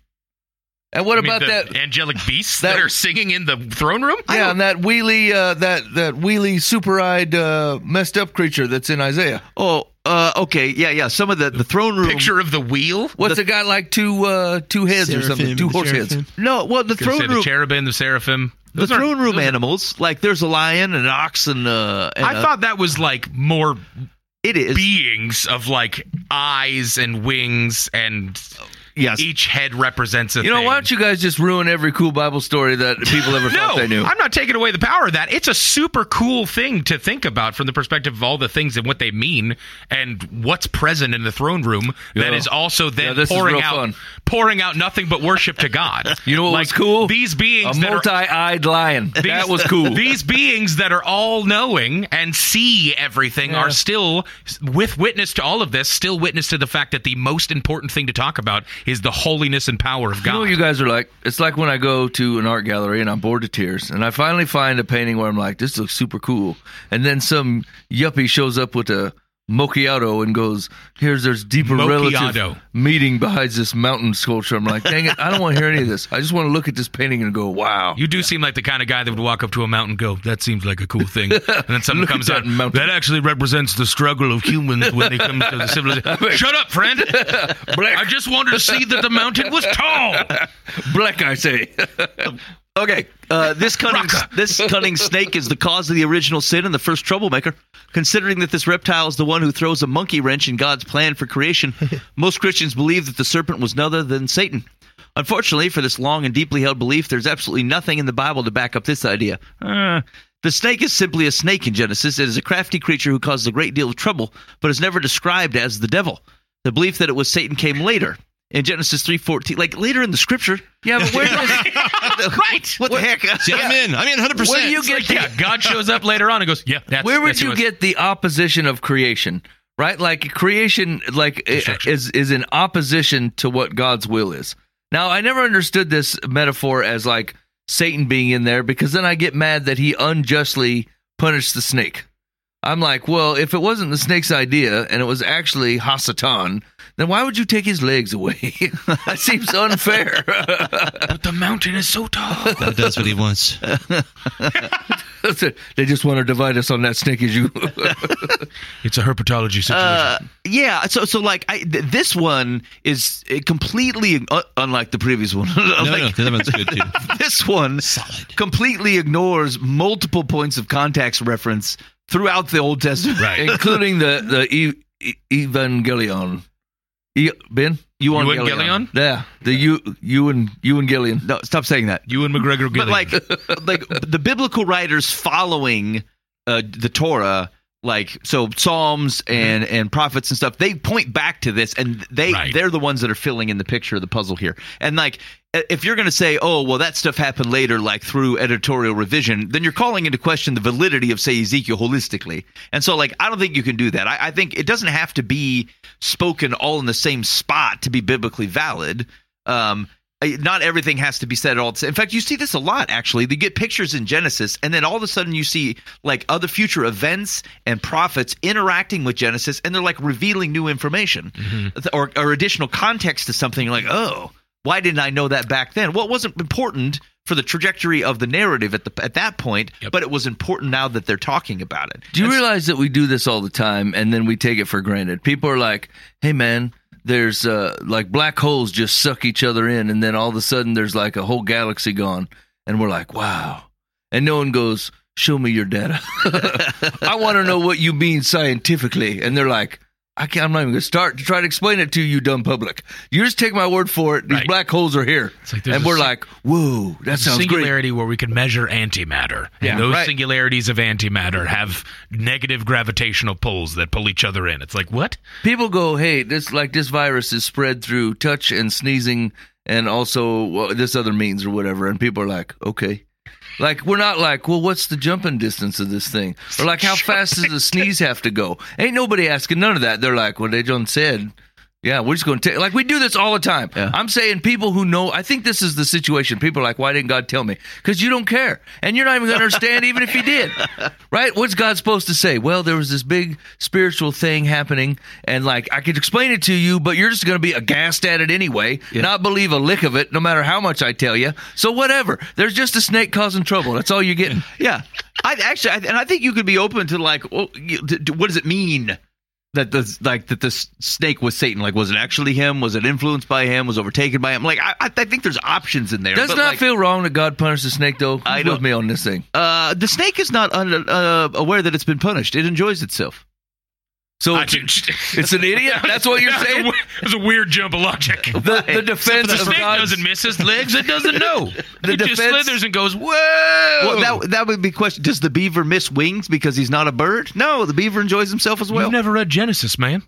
D: And what
E: I mean,
D: about
E: the
D: that?
E: angelic beasts
D: that-
E: that, are singing in the throne room?
D: Yeah, and that wheelie, uh, that that wheelie, super-eyed, uh, messed up creature that's in Isaiah.
C: Oh. Uh, okay. Yeah. Yeah. Some of the the throne room.
E: Picture of the wheel.
D: What's it got like two uh, two heads or something? Two horse heads.
C: No. Well, the
E: Gonna say
C: throne room.
E: the cherubim, the seraphim.
C: The
E: Those aren't-
C: throne room
E: those-
C: animals. Like there's a lion, an ox, and uh. And
E: I
C: a-
E: thought that was like more
C: it is.
E: beings of like eyes and wings, and
C: yes.
E: each head represents a.
D: You know,
E: thing.
D: why don't you guys just ruin every cool Bible story that people ever
E: No,
D: thought they knew?
E: I'm not taking away the power of that. It's a super cool thing to think about from the perspective of all the things and what they mean and what's present in the throne room
D: Yeah.
E: that is also
D: Yeah,
E: then
D: this is
E: pouring
D: real
E: out
D: fun.
E: pouring out nothing but worship to God.
D: You know what
E: like
D: was cool?
E: These
D: A
E: beings that are
D: multi-eyed lion.
E: these-
D: that was cool.
E: These beings that are all knowing and see everything are still, with witness to all of this, still witness to the fact that the most important thing to talk about is the holiness and power of
D: You know
E: God.
D: what you guys are like? It's like when I go to an art gallery and I'm bored to tears, and I finally find a painting where I'm like, "This looks super cool," and then some yuppie shows up with a mochiato and goes, "Here's there's deeper
E: Mochiato.
D: relative meeting behind this mountain sculpture." I'm like, "Dang it, I don't want to hear any of this. I just want to look at this painting and go, wow."
E: You do seem like the kind of guy that would walk up to a mountain and go, that seems like a cool thing. And then someone
D: Look at
E: comes
D: that
E: out,
D: mountain.
E: that actually represents the struggle of humans when they come to the civilization. Shut up, friend. I just wanted to see that the mountain was tall.
D: Black, I say.
C: Okay, uh, this cunning this cunning snake is the cause of the original sin and the first troublemaker. Considering that this reptile is the one who throws a monkey wrench in God's plan for creation, most Christians believe that the serpent was none other than Satan. Unfortunately, for this long and deeply held belief, there's absolutely nothing in the Bible to back up this idea. Uh, the snake is simply a snake in Genesis. It is a crafty creature who causes a great deal of trouble, but is never described as the devil. The belief that it was Satan came later in Genesis three fourteen, like later in the Scripture.
D: Yeah, but where does
C: right? What the heck?
F: See, I'm in. I'm in 100.
D: where do
F: percent
D: you get the
E: Yeah, God shows up later on and goes, yeah, that's
D: where would
E: that's who
D: you
E: it-
D: get the opposition of creation right like creation like i-
E: Destruction.
D: is is in opposition to what god's will is now i never understood this metaphor as like satan being in there because then i get mad that he unjustly punish the snake. I'm like, well, if it wasn't the snake's idea and it was actually Hasatan, then why would you take his legs away? that seems unfair.
E: But the mountain is so tall.
F: God does what he wants.
D: they just want to divide us on that snake issue.
E: It's a herpetology situation.
C: Uh, yeah, so so like I, th- this one is uh, completely uh, unlike the previous one.
F: No,
C: Like,
F: no, the other one's good too.
C: This one
F: Solid.
C: completely ignores multiple points of context reference throughout the Old Testament.
D: including the the e- e- Evangelion. E- ben, you
E: and Gillion?
D: Yeah, the you you and you and Gillion.
C: No, stop saying that.
E: you and McGregor
C: But
E: Gillian.
C: like like the biblical writers following uh, the Torah like so psalms and and prophets and stuff they point back to this and they
E: Right.
C: they're the ones that are filling in the picture of the puzzle here and like i- if you're going to say oh well that stuff happened later like through editorial revision then you're calling into question the validity of say ezekiel holistically and so like i don't think you can do that i, I think it doesn't have to be spoken all in the same spot to be biblically valid um I- not everything has to be said at all. In fact, you see this a lot. Actually, you get pictures in Genesis, and then all of a sudden you see like other future events and prophets interacting with Genesis, and they're like revealing new information
D: Mm-hmm.
C: or, or additional context to something. You're like, oh, why didn't I know that back then? Well, it wasn't important for the trajectory of the narrative at the at that point,
E: Yep.
C: but it was important now that they're talking about it.
D: Do you realize that we do this all the time and then we take it for granted? People are like, "Hey, man." There's uh, like black holes just suck each other in, and then all of a sudden there's like a whole galaxy gone, and we're like, wow. And no one goes, show me your data. I want to know what you mean scientifically. And they're like, I can't, I'm not even going to start to try to explain it to you, dumb public. You just take my word for it. These
E: Right.
D: black holes are here.
E: like there's
D: and
E: a
D: we're
E: sing-
D: like, whoa, that sounds great.
E: singularity where we can measure antimatter. And
D: Yeah,
E: those
D: right.
E: singularities of antimatter have negative gravitational pulls that pull each other in. It's like, what?
D: people go, hey, this like this virus is spread through touch and sneezing, and also well, this other means or whatever, and people are like, okay. Like we're not like, well, what's the jumping distance of this thing, or like how fast does the sneeze have to go? Ain't nobody asking none of that. They're like, well, they done said, yeah, we're just going to take. Like we do this all the time. I'm saying people who know. I think this is the situation. People are like, why didn't God tell me? Because you don't care, and you're not even going to understand, even if He did. Right? What's God supposed to say? Well, there was this big spiritual thing happening, and like I could explain it to you, but you're just going to be aghast at it anyway, not believe a lick of it, no matter how much I tell you. So whatever. There's just a snake causing trouble. That's all you're getting.
C: Yeah, I actually, I, and I think you could be open to like, well, you, d- d- what does it mean that the like that the s- snake was Satan? Like, was it actually him? Was it influenced by him? Was overtaken by him? Like, I, I think there's options in there.
D: Does
C: but,
D: not
C: like,
D: feel wrong that God punished the snake, though.
C: I
D: Who's
C: don't-
D: with me on this thing.
C: uh, the snake is not un, uh, aware that it's been punished. It enjoys itself.
D: So
E: I-
D: it's an idiot. That's what you're
E: That's a,
D: saying.
E: we- that's a weird jump of logic.
D: The, the defense
E: The
D: of
E: snake
D: God's
E: doesn't miss his legs. It doesn't know.
D: The
E: it just
D: defense-
E: slithers and goes, whoa.
C: Well, that that would be question. Does the beaver miss wings because he's not a bird? No, the beaver enjoys himself as well.
E: You've never read Genesis, man.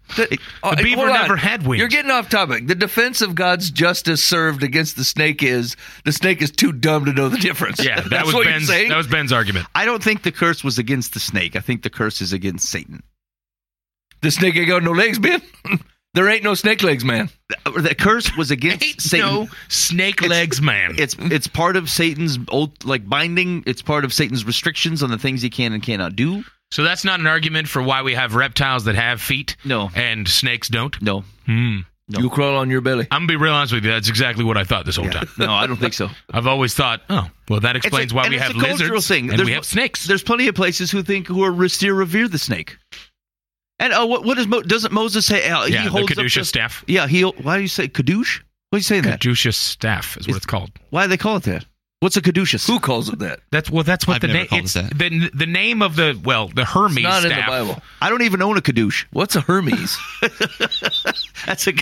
D: Oh,
E: The beaver
D: hold on.
E: never had wings.
D: You're getting off topic. The defense of God's justice served against the snake is the snake is too dumb to know the difference.
E: yeah, that
D: That's
E: was
D: what
E: Ben's.
D: you're saying.
E: That was Ben's argument.
C: I don't think the curse was against the snake. I think the curse is against Satan.
D: the snake ain't got no legs, Ben. there ain't no snake legs, man.
C: The, the curse was against Satan.
E: No snake
C: It's-
E: legs, man.
C: it's it's part of Satan's old like binding. It's part of Satan's restrictions on the things he can and cannot do.
E: so that's not an argument for why we have reptiles that have feet
C: No.
E: and snakes don't.
C: No,
E: Hmm.
D: You crawl on your belly.
E: I'm gonna be real honest with you. That's exactly what I thought this whole time.
C: no, I don't think so.
E: I've always thought, oh, well, that
C: It's a-
E: explains why
C: and
E: we
C: it's
E: have
C: a cultural
E: lizards
C: thing.
E: and
C: There's
E: we
C: no-
E: have snakes.
C: There's plenty of places who think who are still revere the snake. And oh, what what is Mo- doesn't Moses say? Uh,
E: yeah,
C: he
E: the
C: holds up
E: caduceus
C: the-
E: staff.
C: Yeah, he. Why do you say caduce? Why are you saying that?
E: Caduceus staff is what
C: Is-
E: it's called.
C: Why do they call it that? What's a caduceus?
D: Who calls it that?
E: That's well. That's what
F: I've
E: the
F: never
E: name.
F: called
E: It's
F: it that.
E: the the name of the well the Hermes
D: It's not in
E: staff.
D: the Bible.
C: I don't even own a caduce.
D: What's a Hermes?
C: That's a.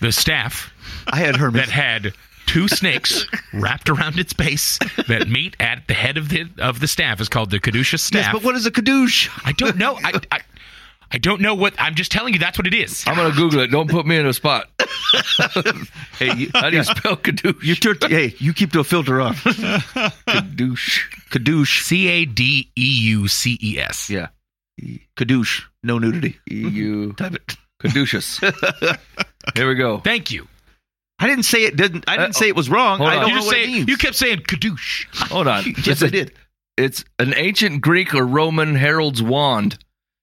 E: The staff
C: I had Hermes.
E: that had two snakes wrapped around its base that meet at the head of the of the staff is called the caduceus staff.
C: yes, but what is a caduce?
E: I don't know. I, I I don't know what. I'm just telling you. That's what it is.
D: I'm gonna Google it. Don't put me in a spot.
C: Hey, you,
D: How do you spell kadoosh?
C: you tur- hey, you keep the filter on.
D: Kadoosh.
C: Caduce.
E: C a d e u c e s.
C: Yeah. Caduce. No nudity.
D: E-U.
C: Type it.
D: Caduceus. Here we go.
E: Thank you.
C: I didn't say it didn't. I didn't say it was wrong.
D: Hold
C: I
D: on.
C: don't
E: you
C: know
E: just
C: what
E: say
C: it means.
E: you kept saying kadoosh.
D: Hold on.
C: yes, I did.
D: It's an ancient Greek or Roman herald's wand,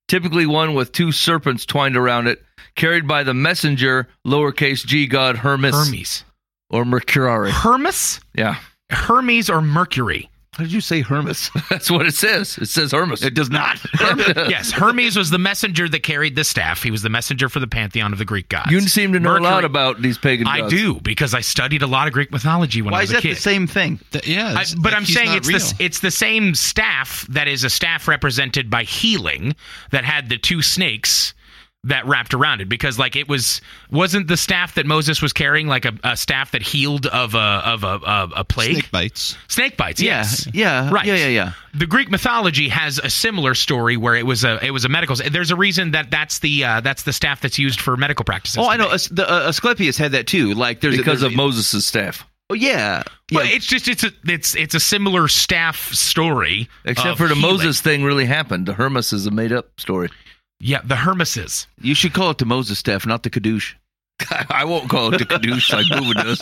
D: typically one with two serpents twined around it, carried by the messenger, lowercase g god Hermes,
E: Hermes.
D: or Mercurari.
E: Hermes?
D: Yeah,
E: Hermes or Mercury?
C: How did you say Hermes?
D: that's what it says. It says Hermes.
C: It does not.
E: yes, Hermes was the messenger that carried the staff. He was the messenger for the pantheon of the Greek gods.
D: you seem to know
E: Mercury-
D: a lot about these pagan gods.
E: I do because I studied a lot of Greek mythology when I
C: Why
E: was
C: is
E: a
C: that
E: kid.
C: the same thing?
F: Th- yeah,
E: I-
F: it's
E: but
F: like
E: I'm
F: he's
E: saying
F: not
E: it's
F: real.
E: the, it's the same staff that is a staff represented by healing that had the two snakes that wrapped around it because like it was wasn't the staff that Moses was carrying like a, a staff that healed of a of a a, a plague
F: snake bites.
E: Snake bites
C: Yeah,
E: yes
C: yeah,
E: right
C: yeah, yeah, yeah.
E: the Greek mythology has a similar story where it was a it was a medical there's a reason that that's the uh, that's the staff that's used for medical practices
C: Oh, I
E: today.
C: know. As- The, uh, Asclepius had that too. Like there's
D: because
C: there's,
D: of Moses' staff.
C: Oh, yeah.
E: Well,
C: yeah.
E: it's just it's a it's it's a similar staff story
D: Except
E: of
D: for the
E: healing.
D: Moses thing really happened. The Hermes is a made up story.
E: yeah the Hermeses
C: You should call it the Moses staff, not the Kaddush.
D: I won't call it the Kaddush like Buba does.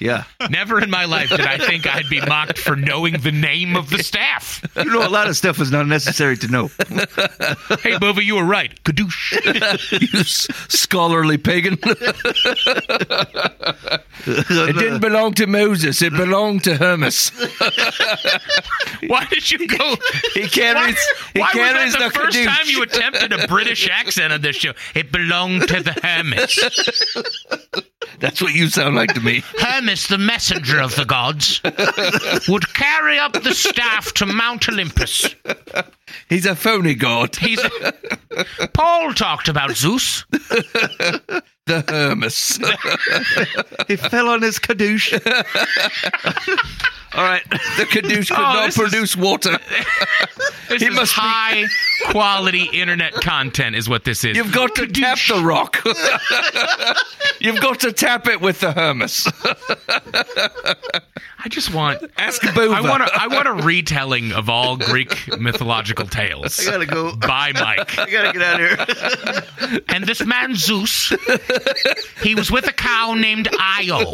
C: Yeah.
E: Never in my life did I think I'd be mocked for knowing the name of the staff.
C: You know, a lot of stuff is not necessary to know.
E: Hey, Bova, you were right. Kadoosh.
D: you s- scholarly pagan. it didn't belong to Moses. It belonged to Hermes.
E: Why did you go?
D: He carries. He
E: Why
D: carries
E: was that the, first
D: Kaddush.
E: time you attempted a British accent on this show? It belonged to the Hermes.
D: That's what you sound like to me.
E: Hermes, the messenger of the gods, would carry up the staff to Mount Olympus.
D: He's a phony god.
E: He's Paul talked about Zeus.
D: The Hermes.
C: He fell on his Kaddush.
D: All right. The Kaddush could
E: Oh,
D: not
E: this is-
D: produce water.
E: This
D: He
E: is
D: must be-
E: high quality internet content, is what this is.
D: You've got to tap the rock. You've got to tap it with the Hermes.
E: I just want
D: Ask Bova.
E: I want a, I want a retelling of all Greek mythological tales.
C: I gotta go.
E: By Mike.
C: I gotta get out of here.
E: And this man Zeus, he was with a cow named Io.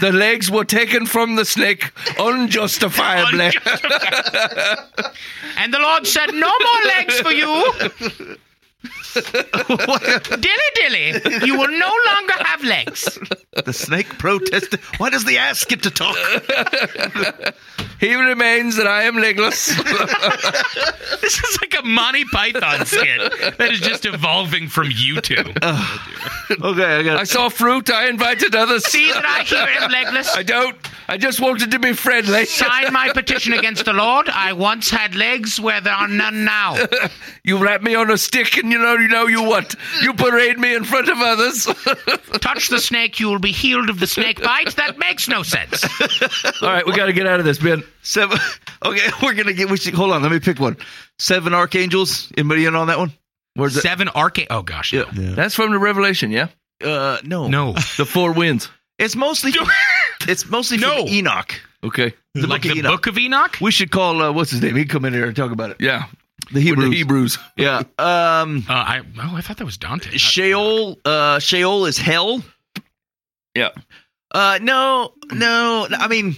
D: The legs were taken from the snake unjustifiably.
E: And the Lord said, No more legs for you. dilly dilly, you will no longer have legs.
C: The snake protested. Why does the ass get to talk?
D: he remains that I am legless.
E: This is like a Monty Python skit that is just evolving from YouTube.
C: Okay, I
D: I
C: got
D: saw fruit. I invited others.
E: See that I hear him legless?
D: I don't. I just wanted to be friendly.
E: Sign my petition against the Lord. I once had legs where there are none now.
D: You wrap me on a stick, and you know, you know, you what? You parade me in front of others.
E: Touch the snake, you will be healed of the snake bite. That makes no sense.
D: All right, we got to get out of this, Ben.
C: seven. Okay, we're gonna get. We should, hold on. Let me pick one. Seven archangels. Anybody in on that one?
D: Where's it?
E: Seven arcade. Oh gosh.
C: Yeah.
D: That's from the Revelation, yeah.
C: Uh, no.
E: No.
D: The four winds.
C: It's mostly. it's mostly
E: No.
C: from Enoch.
D: Okay.
C: The
E: like
C: book of
E: the
C: Enoch.
E: Book of Enoch.
C: We should call. Uh, what's his name? He'd come in here and talk about it.
D: Yeah.
C: The
D: With
C: Hebrews.
D: the Hebrews.
C: Yeah. Um.
E: Uh, I oh I thought that was Dante.
C: Sheol. Uh, Sheol is hell.
D: Yeah.
C: Uh, no, no. no, I mean,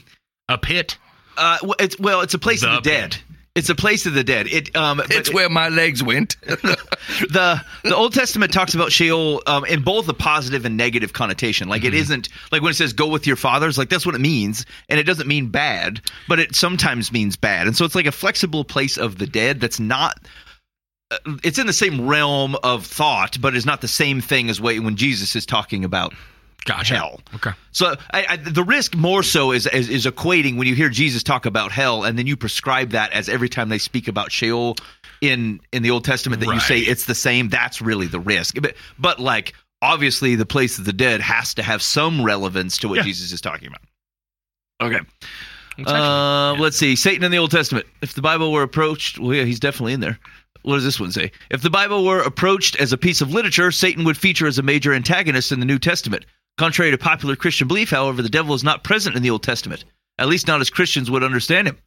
E: a pit.
C: uh, w- it's well, it's a place
E: The
C: of the dead.
E: pit.
C: It's a place of the dead. It um, but
D: It's where my legs went.
C: the the Old Testament talks about Sheol um, in both a positive and negative connotation. Like it isn't like when it says go with your fathers, like that's what it means, and it doesn't mean bad, but it sometimes means bad, and so it's like a flexible place of the dead that's not. uh, It's in the same realm of thought, but it's not the same thing as way- when Jesus is talking about
E: Gotcha.
C: Hell.
E: Okay.
C: so I, I, the risk more so is, is is equating when you hear Jesus talk about hell, and then you prescribe that as every time they speak about Sheol in in the Old Testament that you say
E: Right.
C: it's the same. That's really the risk. But but like obviously the place of the dead has to have some relevance to what
E: Yeah.
C: Jesus is talking about. Okay.
E: It's actually-
C: Uh, Let's see. Satan in the Old Testament. If the Bible were approached, well, yeah, he's definitely in there. What does this one say? If the Bible were approached as a piece of literature, Satan would feature as a major antagonist in the New Testament. Contrary to popular Christian belief, however, the devil is not present in the Old Testament, at least not as Christians would understand him.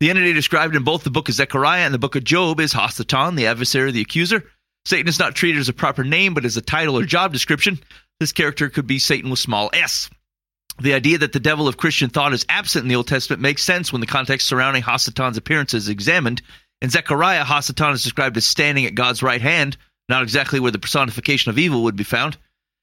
C: The entity described in both the book of Zechariah and the book of Job is Hasatan, the adversary, the accuser. Satan is not treated as a proper name, but as a title or job description. This character could be Satan with small s. The idea that the devil of Christian thought is absent in the Old Testament makes sense when the context surrounding Hassatan's appearance is examined. In Zechariah, Hassatan is described as standing at God's right hand, not exactly where the personification of evil would be found.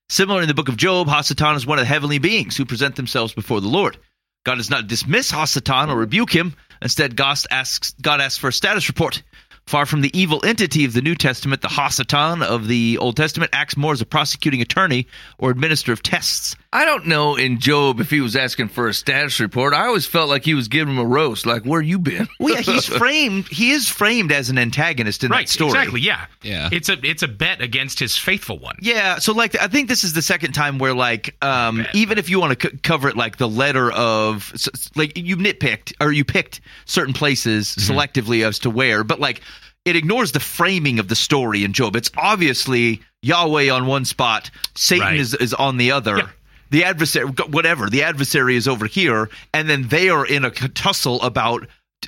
C: Similar in the book of Job, Hasatan is one of the heavenly beings who present themselves before the Lord. God does not dismiss Hasatan or rebuke him. Instead, God asks, God asks for a status report. Far from the evil entity of the New Testament, the Hasatan of the Old Testament acts more as a prosecuting attorney or administrator of tests.
D: I don't know in Job if he was asking for a status report. I always felt like he was giving him a roast, like where you been?
C: Well, yeah, he's framed. He is framed as an antagonist in
E: Right,
C: that story.
E: exactly. Yeah,
F: Yeah.
E: It's a it's a bet against his faithful one.
C: Yeah, so like I think this is the second time where like um even if you want to c- cover it like the letter of s- s- like you nitpicked or you picked certain places
E: Mm-hmm.
C: selectively as to where, but like it ignores the framing of the story in Job. It's obviously Yahweh on one spot, Satan
E: Right.
C: is is on the other.
E: Yeah.
C: The adversary, whatever, the adversary is over here, and then they are in a c- tussle about,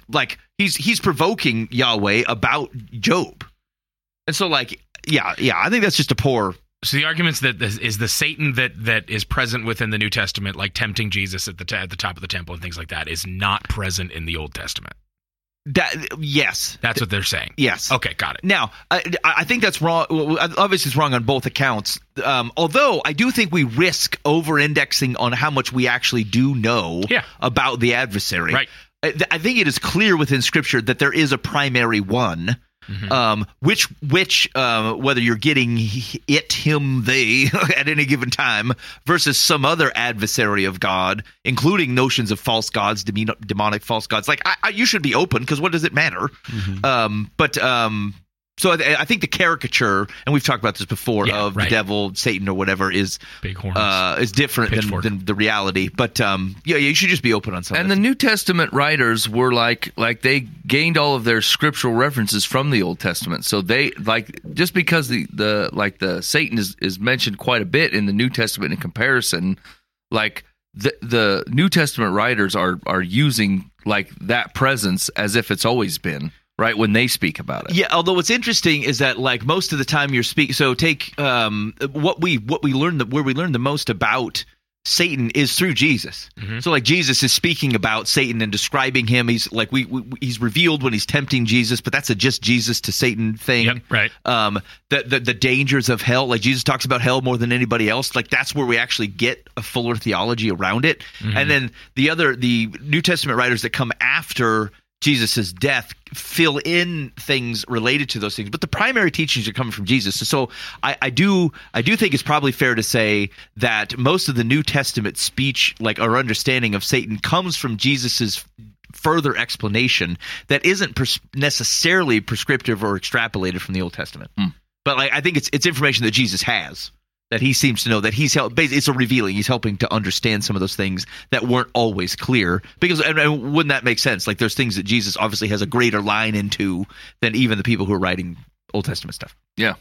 C: like he's he's provoking Yahweh about Job, and so like yeah yeah I think that's just a poor
E: So the arguments that this is the Satan that that is present within the New Testament, like tempting Jesus at the t- at the top of the temple and things like that, is not present in the Old Testament.
C: That yes,
E: That's what they're saying.
C: yes.
E: Okay, got it.
C: Now, I, I I think that's wrong. well, Obviously, it's wrong on both accounts. Um, although I do think we risk over-indexing on how much we actually do know
E: Yeah.
C: about the adversary.
E: Right.
C: I, th- I think it is clear within Scripture that there is a primary one.
E: Mm-hmm.
C: Um, which which uh, whether you're getting he- it him they at any given time versus some other adversary of God, including notions of false gods, demon- demonic false gods. Like I, I, you should be open because what does it matter?
E: Mm-hmm.
C: Um, but um, so I, I think the caricature, and we've talked about this before,
E: Yeah,
C: of
E: right.
C: the devil, Satan, or whatever is
E: Big horns.
C: uh, is different than,
E: Pitchfork.
C: than the reality. But um, yeah, you should just be open on something.
D: And the New Testament writers were like like they gained all of their scriptural references from the Old Testament. So they like just because the the like the Satan is is mentioned quite a bit in the New Testament in comparison, like the the New Testament writers are are using like that presence as if it's always been, right when they speak about it.
C: Yeah, although what's interesting is that like most of the time you're speaking. So take um, what we what we learn the where we learn the most about Satan is through Jesus. So like Jesus is speaking about Satan and describing him. He's like we, we he's revealed when he's tempting Jesus, but that's a just Jesus to Satan thing.
E: Yep, right.
C: Um, the, the the dangers of hell. Like Jesus talks about hell more than anybody else. Like that's where we actually get a fuller theology around it.
E: Mm-hmm.
C: And then the other the New Testament writers that come after Jesus's death fill in things related to those things, but the primary teachings are coming from Jesus. So I, I do I do think it's probably fair to say that most of the New Testament speech, like our understanding of Satan, comes from Jesus's further explanation that isn't pres- necessarily prescriptive or extrapolated from the Old Testament. But like I think it's it's information that Jesus has that he seems to know that he's help. Basically, it's a revealing. He's helping to understand some of those things that weren't always clear. Because and, and wouldn't that make sense? Like there's things that Jesus obviously has a greater line into than even the people who are writing Old Testament stuff.
D: Yeah.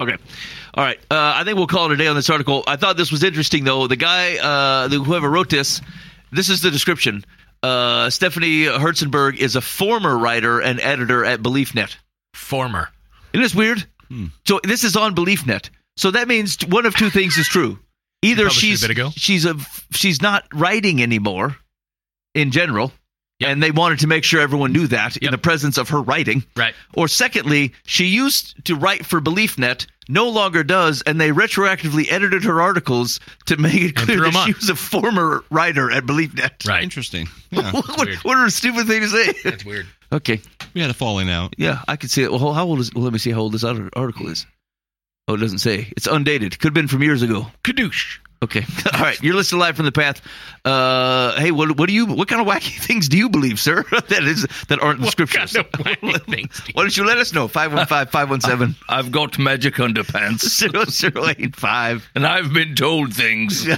C: Okay. All right. Uh, I think we'll call it a day on this article. I thought this was interesting, though. The guy, uh, the, whoever wrote this, this is the description. Uh, Stephanie Herzenberg is a former writer and editor at BeliefNet.
E: Former.
C: Isn't this weird?
E: Hmm.
C: So this is on BeliefNet. So that means t- one of two things is true. Either
E: Published it a
C: she's
E: bit ago.
C: she's a she's not writing anymore, in general, and they wanted to make sure everyone knew that in
E: Yep.
C: the presence of her writing.
E: Right.
C: Or secondly, she used to write for BeliefNet, no longer does, and they retroactively edited her articles to make it
E: And
C: clear
E: threw 'em
C: that she
E: on.
C: was a former writer at BeliefNet.
E: Right.
F: Interesting. Yeah.
C: what,
E: weird.
C: what a stupid thing to say.
E: That's weird.
C: okay.
F: we had a falling out.
C: Yeah, I could see it. Well, how- how old is? Well, let me see how old this other article is. Oh, it doesn't say. It's undated. Could have been from years ago.
E: Kadoosh.
C: Okay. All right. You're listening live from the path. Uh, hey, what what do you? What kind of wacky things do you believe, sir? that is that aren't in the
E: What
C: scriptures.
E: kind of wacky things do
C: Why don't you let us know? 515-517-0085.
D: I've got magic underpants, and I've been told things.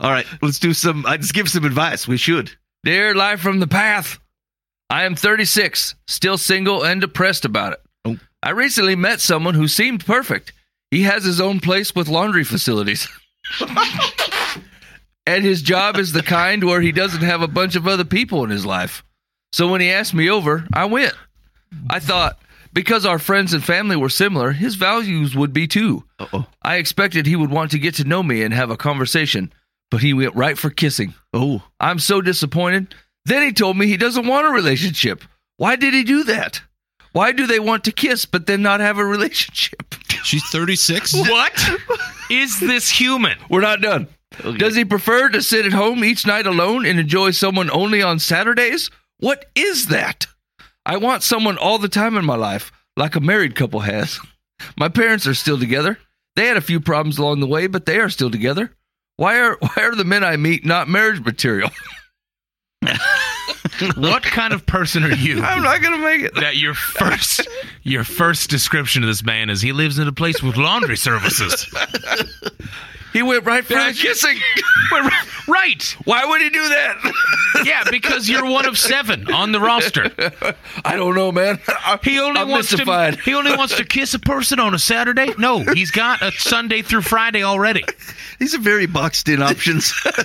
C: All right. Let's do some. I just give some advice. We should.
D: Dear Life from the Path, I am 36, still single and depressed about it.
C: Oh.
D: I recently met someone who seemed perfect. He has his own place with laundry facilities. and his job is the kind where he doesn't have a bunch of other people in his life. So when he asked me over, I went. I thought, because our friends and family were similar, his values would be too.
C: Uh-oh.
D: I expected he would want to get to know me and have a conversation, but he went right for kissing.
C: Oh,
D: I'm so disappointed. Then he told me he doesn't want a relationship. Why did he do that? Why do they want to kiss but then not have a relationship?
F: She's 36.
E: What is this human?
D: We're not done. Does he prefer to sit at home each night alone and enjoy someone only on Saturdays? What is that? I want someone all the time in my life, like a married couple has. My parents are still together. They had a few problems along the way, but they are still together. Why are why are the men I meet not marriage material?
E: What kind of person are you?
D: I'm not gonna make it.
E: that your first your first description of this man is he lives in a place with laundry services.
D: He went right for
E: Yeah,
D: the kissing.
E: right.
D: Why would he do that?
E: Yeah, because you're one of seven on the roster.
D: I don't know, man.
E: He only
D: I'm
E: wants
D: mystified.
E: to he only wants to kiss a person on a Saturday. No, he's got a Sunday through Friday already.
C: these are very boxed in options.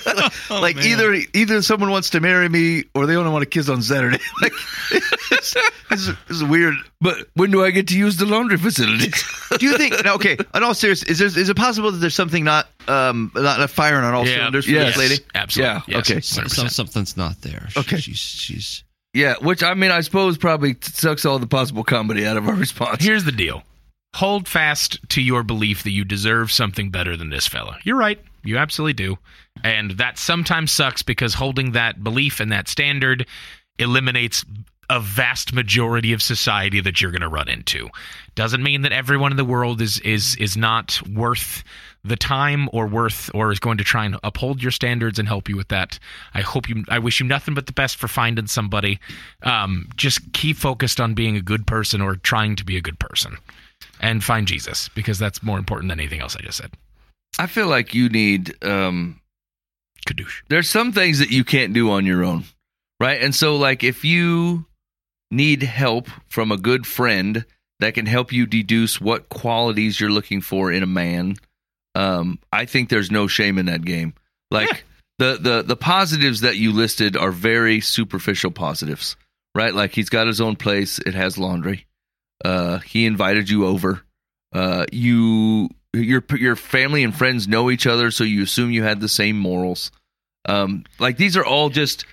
E: Oh,
C: like either either someone wants to marry me or they only want to kiss on Saturday. like this, this, is, this is weird.
D: But when do I get to use the laundry facilities?
C: Do you think? Now, okay, in all seriousness, is there, is it possible that there's something not um not, not firing on all
E: Yeah.
C: cylinders for
D: Yes.
C: this lady?
E: Absolutely.
D: Yeah,
E: Yes,
D: okay.
E: 100%.
F: Some, something's not there.
C: Okay.
F: She's, she's
D: yeah, which I mean, I suppose probably t- sucks all the possible comedy out of our response.
E: Here's the deal. Hold fast to your belief that you deserve something better than this fella. You're right. You absolutely do. And that sometimes sucks because holding that belief and that standard eliminates a vast majority of society that you're going to run into. Doesn't mean that everyone in the world is is is not worth the time or worth or is going to try and uphold your standards and help you with that. I hope you I wish you nothing but the best for finding somebody. Um, just keep focused on being a good person or trying to be a good person and find Jesus because that's more important than anything else I just said.
D: I feel like you need um,
E: Kadoosh.
D: there's some things that you can't do on your own, right? And so, like, if you need help from a good friend that can help you deduce what qualities you're looking for in a man, um, I think there's no shame in that game. Like the the the positives that you listed are very superficial positives, right? Like he's got his own place, it has laundry. Uh, he invited you over. Uh, you your your family and friends know each other, so you assume you had the same morals. Um, like these are all just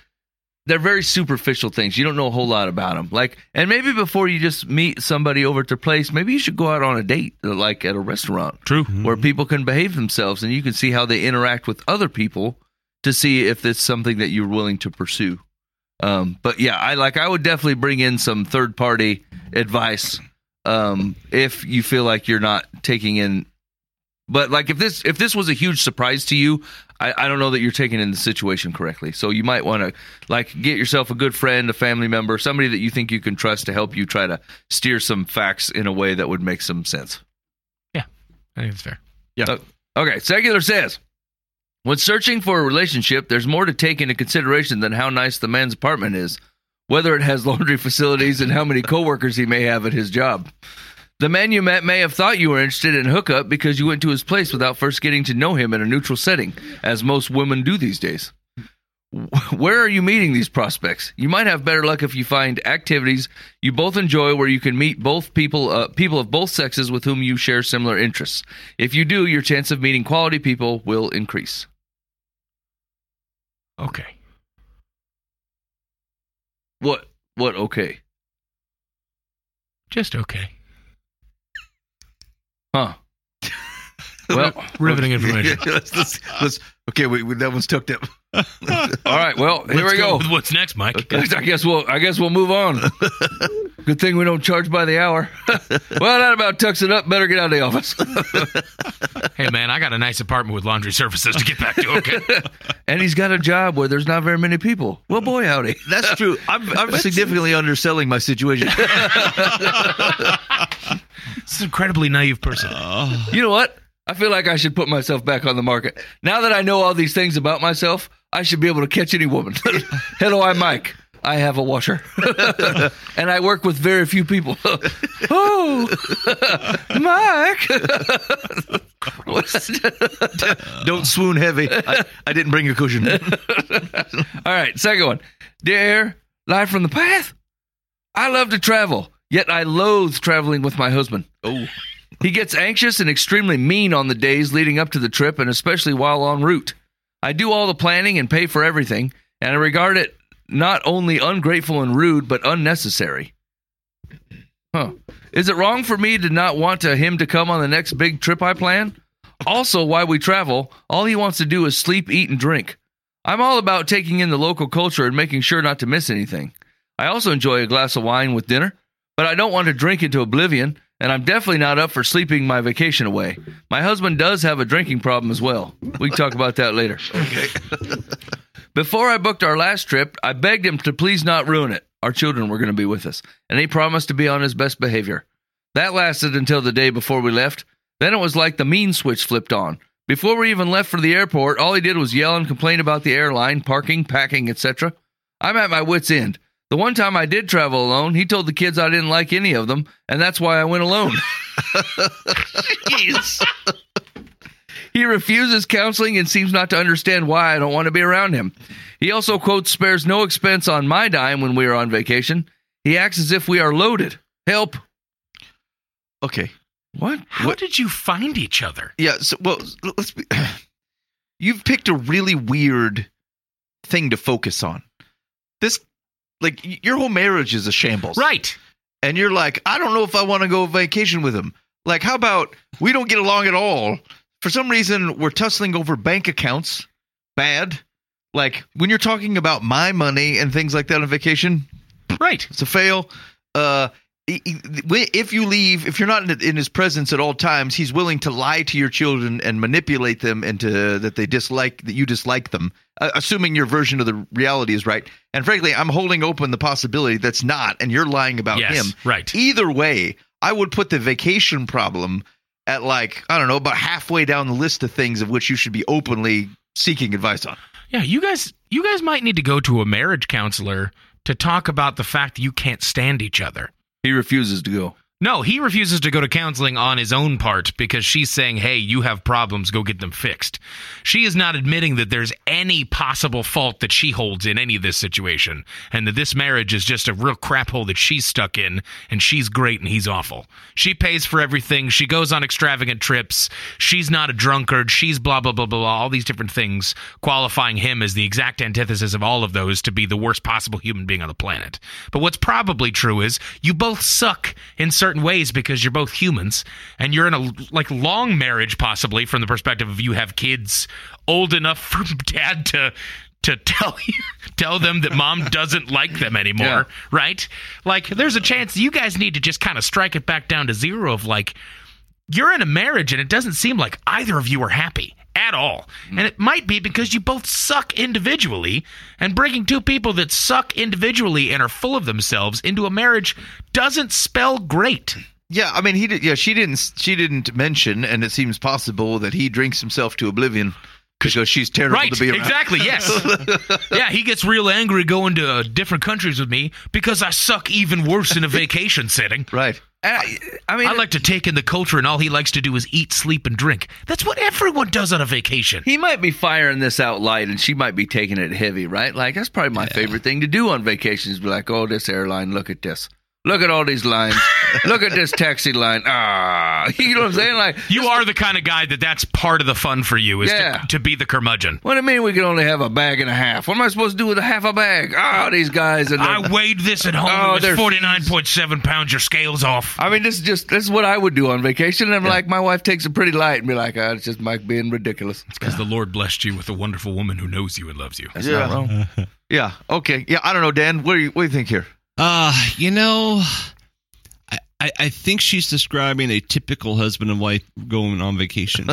D: they're very superficial things. You don't know a whole lot about them. Like, and maybe before you just meet somebody over at their place, maybe you should go out on a date, like at a restaurant,
E: True.
D: where people can behave themselves and you can see how they interact with other people to see if it's something that you're willing to pursue. Um, but yeah, I like I would definitely bring in some third party advice um, if you feel like you're not taking in. But like if this if this was a huge surprise to you, I, I don't know that you're taking in the situation correctly. So you might want to like get yourself a good friend, a family member, somebody that you think you can trust to help you try to steer some facts in a way that would make some sense.
E: I think that's fair.
D: Okay, Secular says When searching for a relationship, there's more to take into consideration than how nice the man's apartment is, whether it has laundry facilities, and how many coworkers he may have at his job. The man you met may have thought you were interested in hookup because you went to his place without first getting to know him in a neutral setting, as most women do these days. Where are you meeting these prospects? You might have better luck if you find activities you both enjoy where you can meet both people uh, people of both sexes with whom you share similar interests. If you do, your chance of meeting quality people will increase.
E: Okay.
D: What what okay.
E: Just okay.
D: Huh. Well,
E: Riveting information.
C: let's, let's, let's, okay, wait, wait, that one's tucked up.
D: all right. Well, here we go.
E: with Oh, what's next, Mike?
D: I guess we'll I guess we'll move on. Good thing we don't charge by the hour. well, that about tucks it up. Better get out of the office.
E: hey, man, I got a nice apartment with laundry services to get back to. Okay.
D: and he's got a job where there's not very many people. Well, boy, howdy.
C: That's true. I'm, I'm significantly underselling my situation.
E: this is an incredibly naive person.
D: Uh, You know what? I feel like I should put myself back on the market. Now that I know all these things about myself, I should be able to catch any woman. Hello, I'm Mike. I have a washer. and I work with very few people. oh, Mike.
C: Don't swoon heavy. I, I didn't bring a cushion.
D: All right, second one. Dear Life from the Path, I love to travel. Yet I loathe traveling with my husband. Oh. He gets anxious and extremely mean on the days leading up to the trip and especially while en route. I do all the planning and pay for everything, and I regard it not only ungrateful and rude, but unnecessary. Huh. Is it wrong for me to not want to him to come on the next big trip I plan? Also, while we travel, all he wants to do is sleep, eat, and drink. I'm all about taking in the local culture and making sure not to miss anything. I also enjoy a glass of wine with dinner, but I don't want to drink into oblivion, and I'm definitely not up for sleeping my vacation away. My husband does have a drinking problem as well. We can talk about that later. Before I booked our last trip, I begged him to please not ruin it. Our children were going to be with us, and he promised to be on his best behavior. That lasted until the day before we left. Then it was like the mean switch flipped on. Before we even left for the airport, all he did was yell and complain about the airline, parking, packing, etc. I'm at my wits' end. The one time I did travel alone, he told the kids I didn't like any of them, and that's why I went alone.
C: Jeez.
D: He refuses counseling and seems not to understand why I don't want to be around him. He also, quote, spares no expense on my dime when we are on vacation. He acts as if we are loaded. Help.
C: Okay.
D: What?
E: How did you find each other?
C: Yeah. So, well, let's be. You've picked a really weird thing to focus on. This, like, y- your whole marriage is a shambles.
E: Right.
C: And you're like, I don't know if I want to go vacation with him. Like, how about we don't get along at all? For some reason, we're tussling over bank accounts. Bad. Like, when you're talking about my money and things like that on vacation,
E: Right.
C: it's a fail. Uh, i- i- wi- if you leave, if you're not in- in his presence at all times, he's willing to lie to your children and manipulate them into that they dislike that you dislike them, uh, assuming your version of the reality is right. And frankly, I'm holding open the possibility that's not, and you're lying about
E: Yes.
C: him.
E: Right.
C: Either way, I would put the vacation problem at like I don't know about halfway down the list of things of which you should be openly seeking advice on.
E: Yeah, you guys you guys might need to go to a marriage counselor to talk about the fact that you can't stand each other.
D: He refuses to go.
E: No, he refuses to go to counseling on his own part because she's saying, "Hey, you have problems, go get them fixed." She is not admitting that there's any possible fault that she holds in any of this situation and that this marriage is just a real crap hole that she's stuck in and she's great and he's awful. She pays for everything, she goes on extravagant trips, she's not a drunkard, she's blah blah blah blah, blah all these different things qualifying him as the exact antithesis of all of those to be the worst possible human being on the planet. But what's probably true is you both suck in certain ways because you're both humans and you're in a like long marriage possibly from the perspective of you have kids old enough for dad to to tell you tell them that mom doesn't like them anymore,
D: Yeah.
E: right? Like there's a chance you guys need to just kind of strike it back down to zero of like you're in a marriage and it doesn't seem like either of you are happy at all.
C: Hmm.
E: And it might be because you both suck individually, and bringing two people that suck individually and are full of themselves into a marriage doesn't spell great.
C: Yeah, I mean, he did. Yeah, she didn't. She didn't mention, and it seems possible that he drinks himself to oblivion because she's terrible
E: Right,
C: to be around.
E: exactly, yes. yeah, he gets real angry going to uh, different countries with me because I suck even worse in a vacation setting.
C: Right.
D: And I, Uh, I mean,
E: I like to take in the culture, and all he likes to do is eat, sleep, and drink. That's what everyone does on a vacation.
D: he might be firing this out light and she might be taking it heavy, right? Like, that's probably my favorite thing to do on vacation is be like, oh, this airline, look at this. Look at all these lines. look at this taxi line. Ah, you know what I'm saying? Like,
E: You are the kind of guy that that's part of the fun for you is
D: Yeah.
E: to, to be the curmudgeon.
D: What do you mean we can only have a bag and a half? What am I supposed to do with a half a bag? Oh, these guys and
E: I
D: I,
E: weighed this at home.
D: Oh,
E: it
D: they're
E: was forty nine point seven pounds. Your scales off.
D: I mean, this is just this is what I would do on vacation. And I'm like, my wife takes it pretty light and be like, oh, it's just Mike being ridiculous.
E: Because the Lord blessed you with a wonderful woman who knows you and loves you.
D: That's
C: Yeah.
D: not wrong.
C: Yeah. Okay. Yeah. I don't know, Dan. What do you What do you think here?
F: Uh, you know, I, I, I think she's describing a typical husband and wife going on vacation.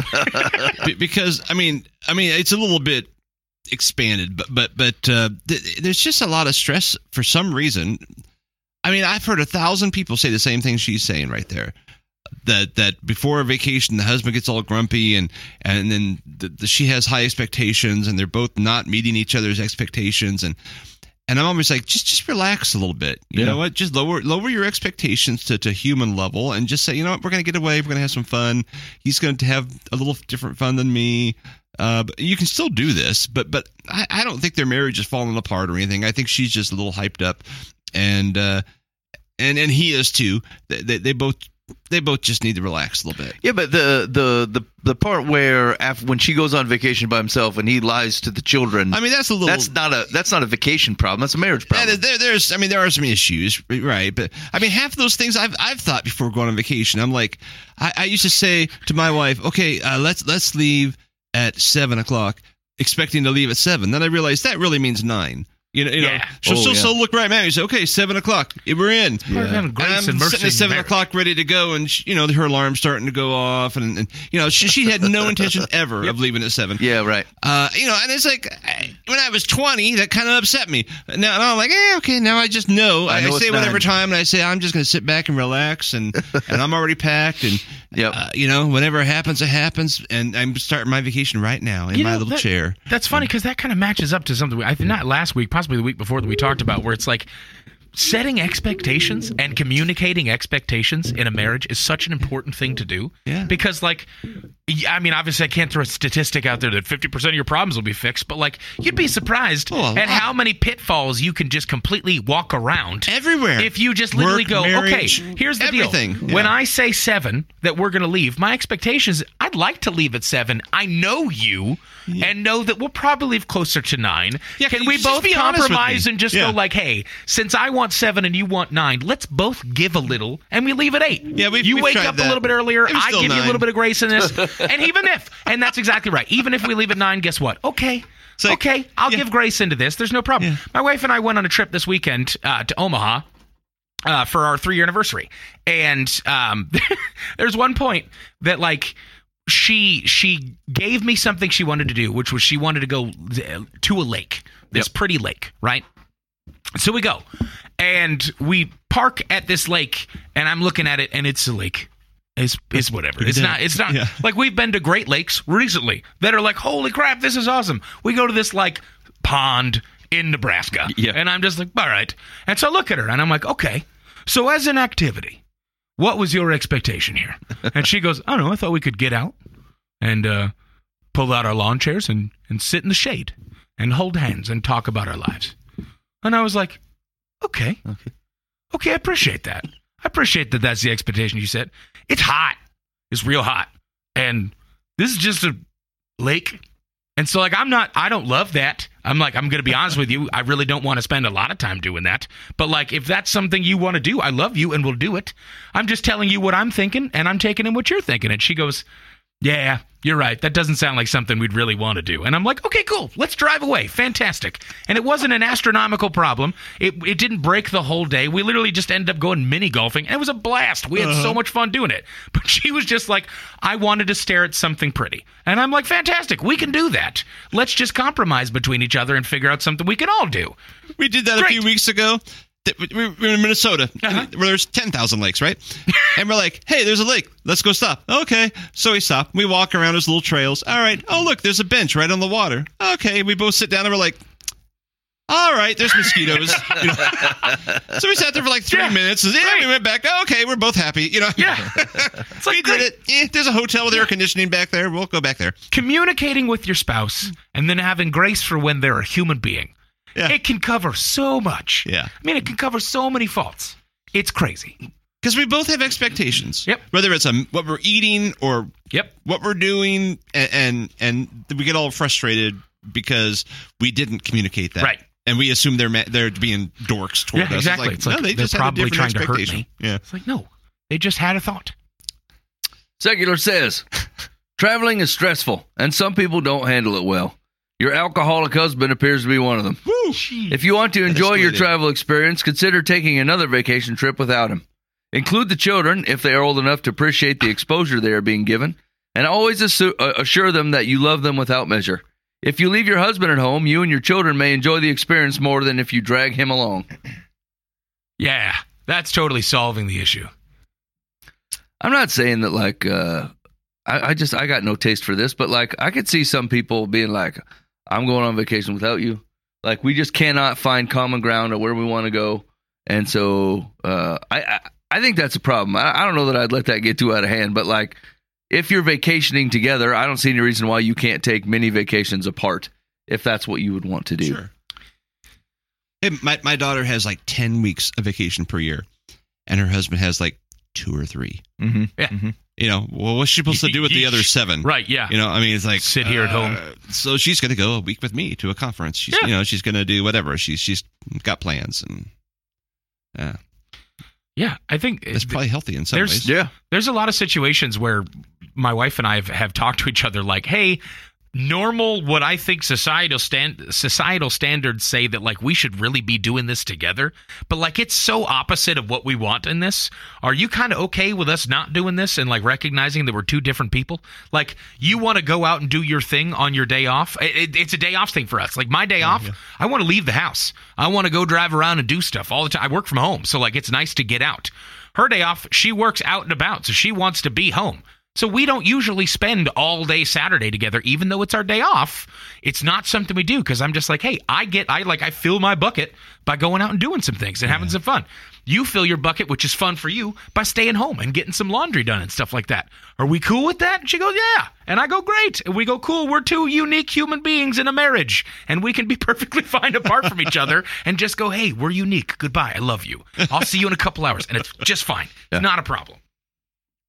F: Be- because I mean, I mean, it's a little bit expanded, but but but uh, th- there's just a lot of stress for some reason. I mean, I've heard a thousand people say the same thing she's saying right there. That that before a vacation, the husband gets all grumpy, and and then the, the, she has high expectations, and they're both not meeting each other's expectations, and and I'm always like, just just relax a little bit. You know what? Just lower lower your expectations to, to human level and just say, you know what, we're gonna get away, we're gonna have some fun. He's gonna have a little different fun than me. Uh, but you can still do this, but but I, I don't think their marriage is falling apart or anything. I think she's just a little hyped up, and uh, and and he is too. They, they, they both they both just need to relax a little bit.
C: Yeah, but the the the the part where af when she goes on vacation by himself and he lies to the children.
F: I mean, that's a little.
C: that's not a that's not a vacation problem. That's a marriage problem.
F: Yeah, there, there's, I mean, there are some issues, right? But I mean, half of those things I've I've thought before going on vacation. I'm like, I, I used to say to my wife, okay, uh, let's let's leave at seven o'clock, expecting to leave at seven. Then I realized that really means nine. You know, you know.
E: Yeah.
F: So,
D: Oh,
F: so,
D: yeah.
F: so look right, man. You say, okay, seven o'clock, we're in.
E: Yeah. Grace
F: I'm
E: and mercy
F: sitting at
E: in
F: seven
E: marriage.
F: o'clock, ready to go, and she, you know her alarm's starting to go off, and, and you know she, she had no intention ever of leaving at seven.
C: yeah, right.
F: Uh, you know, and it's like I, when I was 20, that kind of upset me. Now, now I'm like, eh, okay, now I just know. I,
C: I know
F: say
C: it's
F: whatever
C: nine.
F: time, and I say I'm just going to sit back and relax, and and I'm already packed, and
C: Yep.
F: uh, you know, whatever happens, it happens, and I'm starting my vacation right now in
E: You
F: my
E: know,
F: little
E: that-
F: chair.
E: That's funny because that kind of matches up to something we, I think not last week, possibly the week before that we talked about, where it's like setting expectations and communicating expectations in a marriage is such an important thing to do.
F: Yeah.
E: Because like, y- I mean, obviously I can't throw a statistic out there that 50% of your problems will be fixed, but like you'd be surprised
F: Oh, a lot.
E: at how many pitfalls you can just completely walk around
F: Everywhere.
E: if you just literally
F: Work,
E: go,
F: marriage,
E: okay, here's the
F: everything.
E: deal.
F: Yeah.
E: When I say seven that we're going to leave, my expectations, I'd like to leave at seven. I know you and know that we'll probably leave closer to nine.
F: Yeah,
E: Can
F: you
E: we
F: just
E: both
F: be honest with
E: compromise
F: me?
E: and just
F: Yeah.
E: go like, hey, since I want seven and you want nine, let's both give a little and we leave at eight.
F: Yeah, we've-
E: you
F: we've
E: wake
F: tried
E: up
F: that.
E: a little bit earlier.
F: It was
E: I
F: still
E: give you a little
F: nine.
E: bit of grace in this. and even if, and that's exactly right. Even if we leave at nine, guess what? Okay.
F: like-
E: okay, I'll
F: yeah.
E: give grace into this. There's no problem. My wife and I went on a trip this weekend uh, to Omaha uh, for our three year anniversary. And um, there's one point that like she she gave me something she wanted to do, which was she wanted to go uh, to a lake, this pretty lake, right? So we go, and we park at this lake, and I'm looking at it, and it's a lake. It's, it's whatever. It's not. It's not
F: Yeah.
E: like we've been to Great Lakes recently that are like, holy crap, this is awesome. We go to this like pond in Nebraska,
C: Yeah.
E: and I'm just like, all right. And so I look at her, and I'm like, okay. So as an activity, what was your expectation here? And she goes, I don't know. I thought we could get out and uh, pull out our lawn chairs and, and sit in the shade and hold hands and talk about our lives. And I was like, okay. Okay. Okay, I appreciate that. I appreciate that that's the expectation you set. It's hot. It's real hot. And this is just a lake. And so, like, I'm not, I don't love that. I'm like, I'm going to be honest with you. I really don't want to spend a lot of time doing that. But, like, if that's something you want to do, I love you and we'll do it. I'm just telling you what I'm thinking and I'm taking in what you're thinking. And she goes, yeah, you're right. That doesn't sound like something we'd really want to do. And I'm like, okay, cool. Let's drive away. Fantastic. And it wasn't an astronomical problem. It, it didn't break the whole day. We literally just ended up going mini golfing, and it was a blast. We had
F: Uh-huh.
E: so much fun doing it. But she was just like, I wanted to stare at something pretty. And I'm like, fantastic. We can do that. Let's just compromise between each other and figure out something we can all do.
F: We did that a few
E: Great. Uh-huh.
F: weeks ago. Th- we- We were in Minnesota, where there's ten thousand lakes, right? and we're like, "Hey, there's a lake. Let's go stop." Okay, so we stop. We walk around. There's little trails. All right. Oh, look, there's a bench right on the water. Okay, we both sit down and we're like, "All right, there's mosquitoes." you know? so we sat there for like three
E: Yeah,
F: minutes. and Yeah, we
E: right.
F: went back. Okay, we're both happy. You know?
E: Yeah.
F: it's
E: like,
F: we did
E: great.
F: it. Eh, there's a hotel with air conditioning back there. We'll go back there.
E: communicating with your spouse and then having grace for when they're a human being.
F: Yeah.
E: It can cover so much.
F: Yeah.
E: I mean, it can cover so many faults. It's crazy.
F: Because we both have expectations.
E: Yep.
F: Whether it's um what we're eating or
E: Yep.
F: what we're doing, and, and and we get all frustrated because we didn't communicate that.
E: Right.
F: And we assume they're ma- they're being dorks toward us.
E: yeah,
F: It's
E: exactly.
F: like,
E: it's like
F: no, they
E: they are
F: just had a
E: probably trying
F: different
E: to hurt
F: expectation.
E: me.
F: Yeah.
E: It's like, no, they just had a thought.
D: Secular says traveling is stressful, and some people don't handle it well. Your alcoholic husband appears to be one of them. If you want to enjoy your
F: escalated.
D: travel experience, consider taking another vacation trip without him. Include the children if they are old enough to appreciate the exposure they are being given, and always assu- uh, assure them that you love them without measure. If you leave your husband at home, you and your children may enjoy the experience more than if you drag him along.
E: Yeah, that's totally solving the issue.
D: I'm not saying that like uh I, I just I got no taste for this, but like I could see some people being like, I'm going on vacation without you. Like we just cannot find common ground or where we want to go. And so uh I, I I think that's a problem. I, I don't know that I'd let that get too out of hand, but like if you're vacationing together, I don't see any reason why you can't take mini vacations apart if that's what you would want to do.
F: Sure. Hey, my, my daughter has like 10 weeks of vacation per year. and her husband has like two or three.
D: Mm-hmm.
F: You know, well, what's she supposed to do with the other seven?
E: Right, yeah.
F: You know, I mean, it's like uh,
E: Sit here at home.
F: So she's going to go a week with me to a conference. She's,
E: Yeah.
F: you know, she's going to do whatever. She's she's got plans, and yeah,
E: yeah, I think
F: that's probably healthy in some
E: there's-
F: ways.
D: Yeah.
E: there's a lot of situations where my wife and I have, have talked to each other like, hey, normal what I think societal stand societal standards say that like we should really be doing this together, but like it's so opposite of what we want in this. Are you kind of okay with us not doing this and like recognizing that we're two different people? Like you want to go out and do your thing on your day off. It, it- it's a day off thing for us. Like my day off, I want to leave the house. I want to go drive around and do stuff all the time. I work from home, so like it's nice to get out her day off, she works out and about, so she wants to be home. So we don't usually spend all day Saturday together, even though it's our day off. It's not something we do because I'm just like, hey, I get, I like, I fill my bucket by going out and doing some things and having some fun. You fill your bucket, which is fun for you, by staying home and getting some laundry done and stuff like that. Are we cool with that? And she goes, yeah. And I go, great. And we go, cool. We're two unique human beings in a marriage, and we can be perfectly fine apart from each other and just go, hey, we're unique. Goodbye. I love you. I'll see you in a couple hours. And it's just fine. It's Not a problem.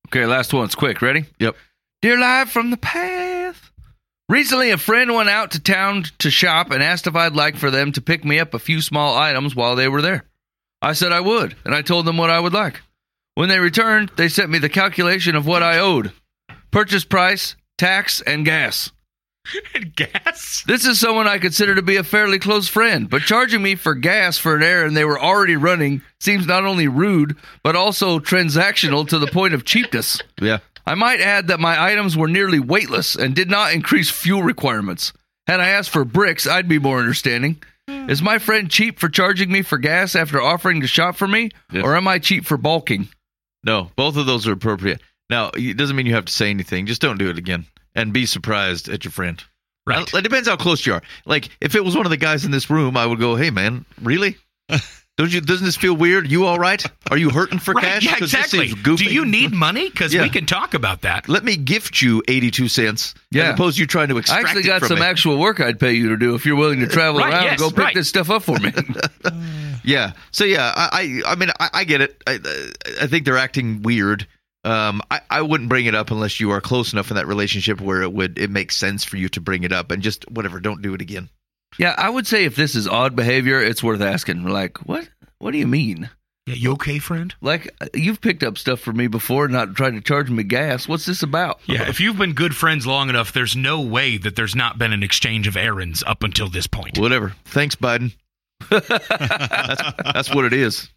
D: Okay, last one. It's quick. Ready?
C: Yep.
D: Dear Live from the Path. Recently, a friend went out to town to shop and asked if I'd like for them to pick me up a few small items while they were there. I said I would, and I told them what I would like. When they returned, they sent me the calculation of what I owed purchase price, tax, and gas.
E: And gas?
D: This is someone I consider to be a fairly close friend, but charging me for gas for an errand they were already running seems not only rude, but also transactional to the point of cheapness.
C: Yeah.
D: I might add that my items were nearly weightless and did not increase fuel requirements. Had I asked for bricks, I'd be more understanding. Is my friend cheap for charging me for gas after offering to shop for me,
C: Yes.
D: or am I cheap for bulking?
C: No, both of those are appropriate. Now, it doesn't mean you have to say anything. Just don't do it again and be surprised at your friend.
E: Right.
C: Uh, It depends how close you are. Like, if it was one of the guys in this room, I would go, "Hey, man, really? Don't you? Doesn't this feel weird? You all right? Are you hurting for
E: Right.
C: cash?
E: Yeah,
C: 'Cause this
E: exactly.
C: seems goofy.
E: Do you need money? Because
C: Yeah.
E: we can talk about that.
C: Let me gift you eighty-two cents,
D: Yeah.
C: as opposed to you trying to
D: I
C: extract
D: actually
C: it
D: got
C: from
D: some
C: me.
D: actual work I'd pay you to do if you're willing to travel
E: Right,
D: around
E: yes,
D: and go pick
E: right.
D: this stuff up for me.
C: Yeah. So yeah, I I, I mean I, I get it. I I think they're acting weird. Um, I, I wouldn't bring it up unless you are close enough in that relationship where it would it makes sense for you to bring it up and just whatever. Don't do it again.
D: yeah, I would say if this is odd behavior, it's worth asking. Like, what? What do you mean?
E: Yeah, you okay, friend?
D: Like, you've picked up stuff for me before, not tried to charge me gas. What's this about?
E: Yeah, if you've been good friends long enough, there's no way that there's not been an exchange of errands up until this point.
C: Whatever. Thanks, Biden. that's, that's what it is.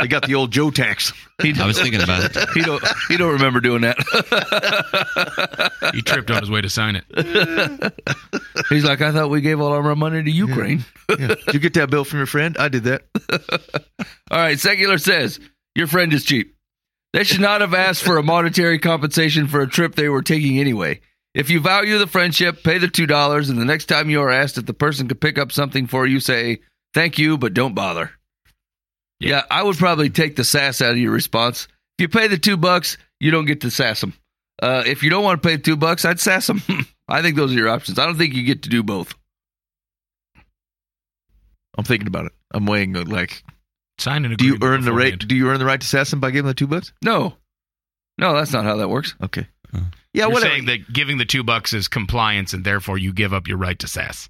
C: they got the old Joe tax.
D: He,
F: I was thinking about it.
D: he don't. He don't remember doing that.
E: He tripped on his way to sign it.
D: He's like, I thought we gave all of our money to Ukraine.
C: Did you get that bill from your friend? I did that.
D: All right, Secular says, Your friend is cheap. They should not have asked for a monetary compensation for a trip they were taking anyway. If you value the friendship, pay the $2, and the next time you are asked if the person could pick up something for you, say, Thank you, but don't bother. Yeah, I would probably take the sass out of your response. If you pay the two bucks, you don't get to sass them. Uh, if you don't want to pay two bucks, I'd sass them. I think those are your options. I don't think you get to do both.
C: I'm thinking about it. I'm weighing uh, like,
E: Sign an
C: do you
E: agreement.
C: earn the right?
E: beforehand.
C: Do you earn the right to sass him by giving the two bucks?
D: No, no, that's not how that works.
C: Okay. Yeah,
E: You're
C: whatever.
E: saying that giving the two bucks is compliance, and therefore you give up your right to sass.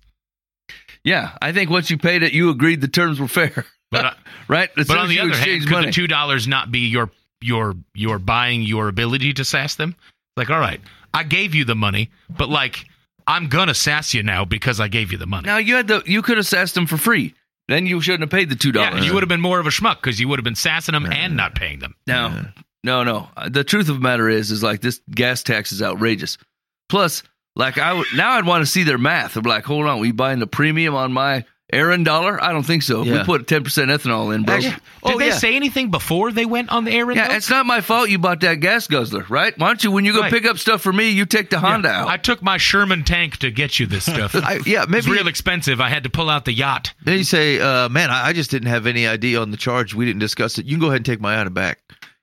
D: Yeah, I think once you paid it, you agreed the terms were fair,
E: But uh,
D: right? As
E: but
D: soon
E: on
D: as
E: the
D: you
E: other hand,
D: exchange
E: could
D: money.
E: the two dollars not be your your your buying your ability to sass them? Like, all right, I gave you the money, but like, I'm gonna sass you now because I gave you the money.
D: now you had the you could have sassed them for free. Then you shouldn't have paid the two
E: yeah,
D: dollars.
E: you would have been more of a schmuck because you would have been sassing them and not paying them.
D: No, no, no. The truth of the matter is, is like this gas tax is outrageous. Plus, like I would now, I'd want to see their math. I'm like, hold on, we buying the premium on my Aaron dollar? I don't think so.
C: Yeah.
D: We put ten percent ethanol in, bro.
C: Actually-
E: Did
C: Oh,
E: they
C: yeah.
E: say anything before they went on the errand?
D: yeah,
E: though?
D: it's not my fault you bought that gas guzzler, right? Why don't you, when you go
E: Right.
D: pick up stuff for me, you take the Honda out?
E: I took my Sherman tank to get you this stuff.
C: I, yeah,
E: It was
C: maybe
E: real expensive. I had to pull out the yacht.
C: Then you say, uh, "Man, I, I just didn't have any idea on the charge. We didn't discuss it. You can go ahead and take my item back.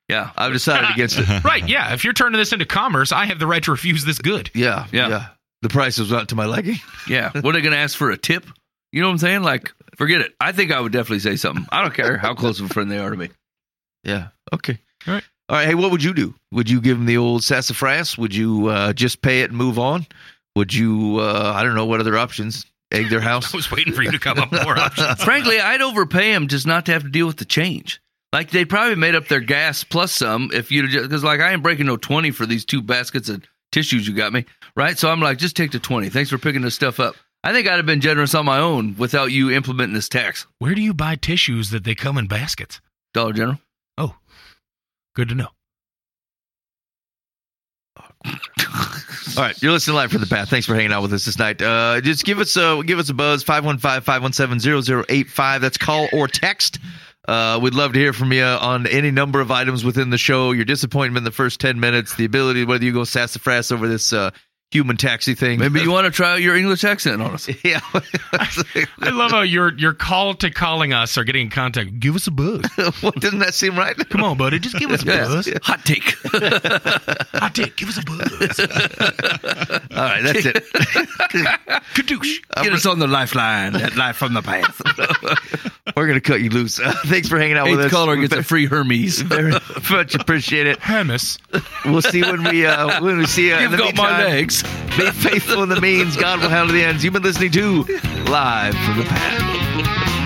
D: yeah,
C: I've decided against it.
E: Right, yeah. If you're turning this into commerce, I have the right to refuse this good.
C: Yeah,
D: Yeah.
C: yeah. The price was not to my liking.
D: Yeah. What are they going to ask for a tip? You know what I'm saying? Like, forget it. I think I would definitely say something. I don't care how close of a friend they are to me.
C: Yeah. Okay.
E: All right.
C: All right. Hey, what would you do? Would you give him the old sassafras? Would you uh, just pay it and move on? Would you? Uh, I don't know what other options. Egg their house.
E: I was waiting for you to come up with more options.
D: Frankly, I'd overpay them just not to have to deal with the change. Like they probably made up their gas plus some if you just because like I ain't breaking no twenty for these two baskets of tissues you got me right. So I'm like, just take the twenty. Thanks for picking this stuff up. I think I'd have been generous on my own without you implementing this tax,
E: Where do you buy tissues that they come in baskets?
D: Dollar General.
E: Oh, good to know.
C: All right, you're listening live from the path. Thanks for hanging out with us this night. Uh, just give us a give us a buzz 515-517-0085. That's call or text. Uh, we'd love to hear from you on any number of items within the show. Your disappointment in the first ten minutes, the ability whether you go sassafras over this uh, human taxi thing.
D: Maybe you want to try out your English accent on us.
C: yeah.
E: I love how your your call to calling us or getting in contact. Give us a buzz.
C: well, didn't that seem right?
E: Come on, buddy. Just give us a
D: Yeah.
E: buzz.
D: Hot take.
E: I did. Give us a buzz.
C: All right, that's it.
E: Kadoosh.
D: Get us on the lifeline at Life from the Path.
C: We're gonna cut you loose. Uh, thanks for hanging out with
D: Eighth
C: us.
D: caller gets a free Hermes.
C: very much appreciate it.
E: Hermes.
C: We'll see when we uh, when we see you.
D: You've got my legs.
C: Be faithful in the means. God will handle the ends. You've been listening to Live from the Past.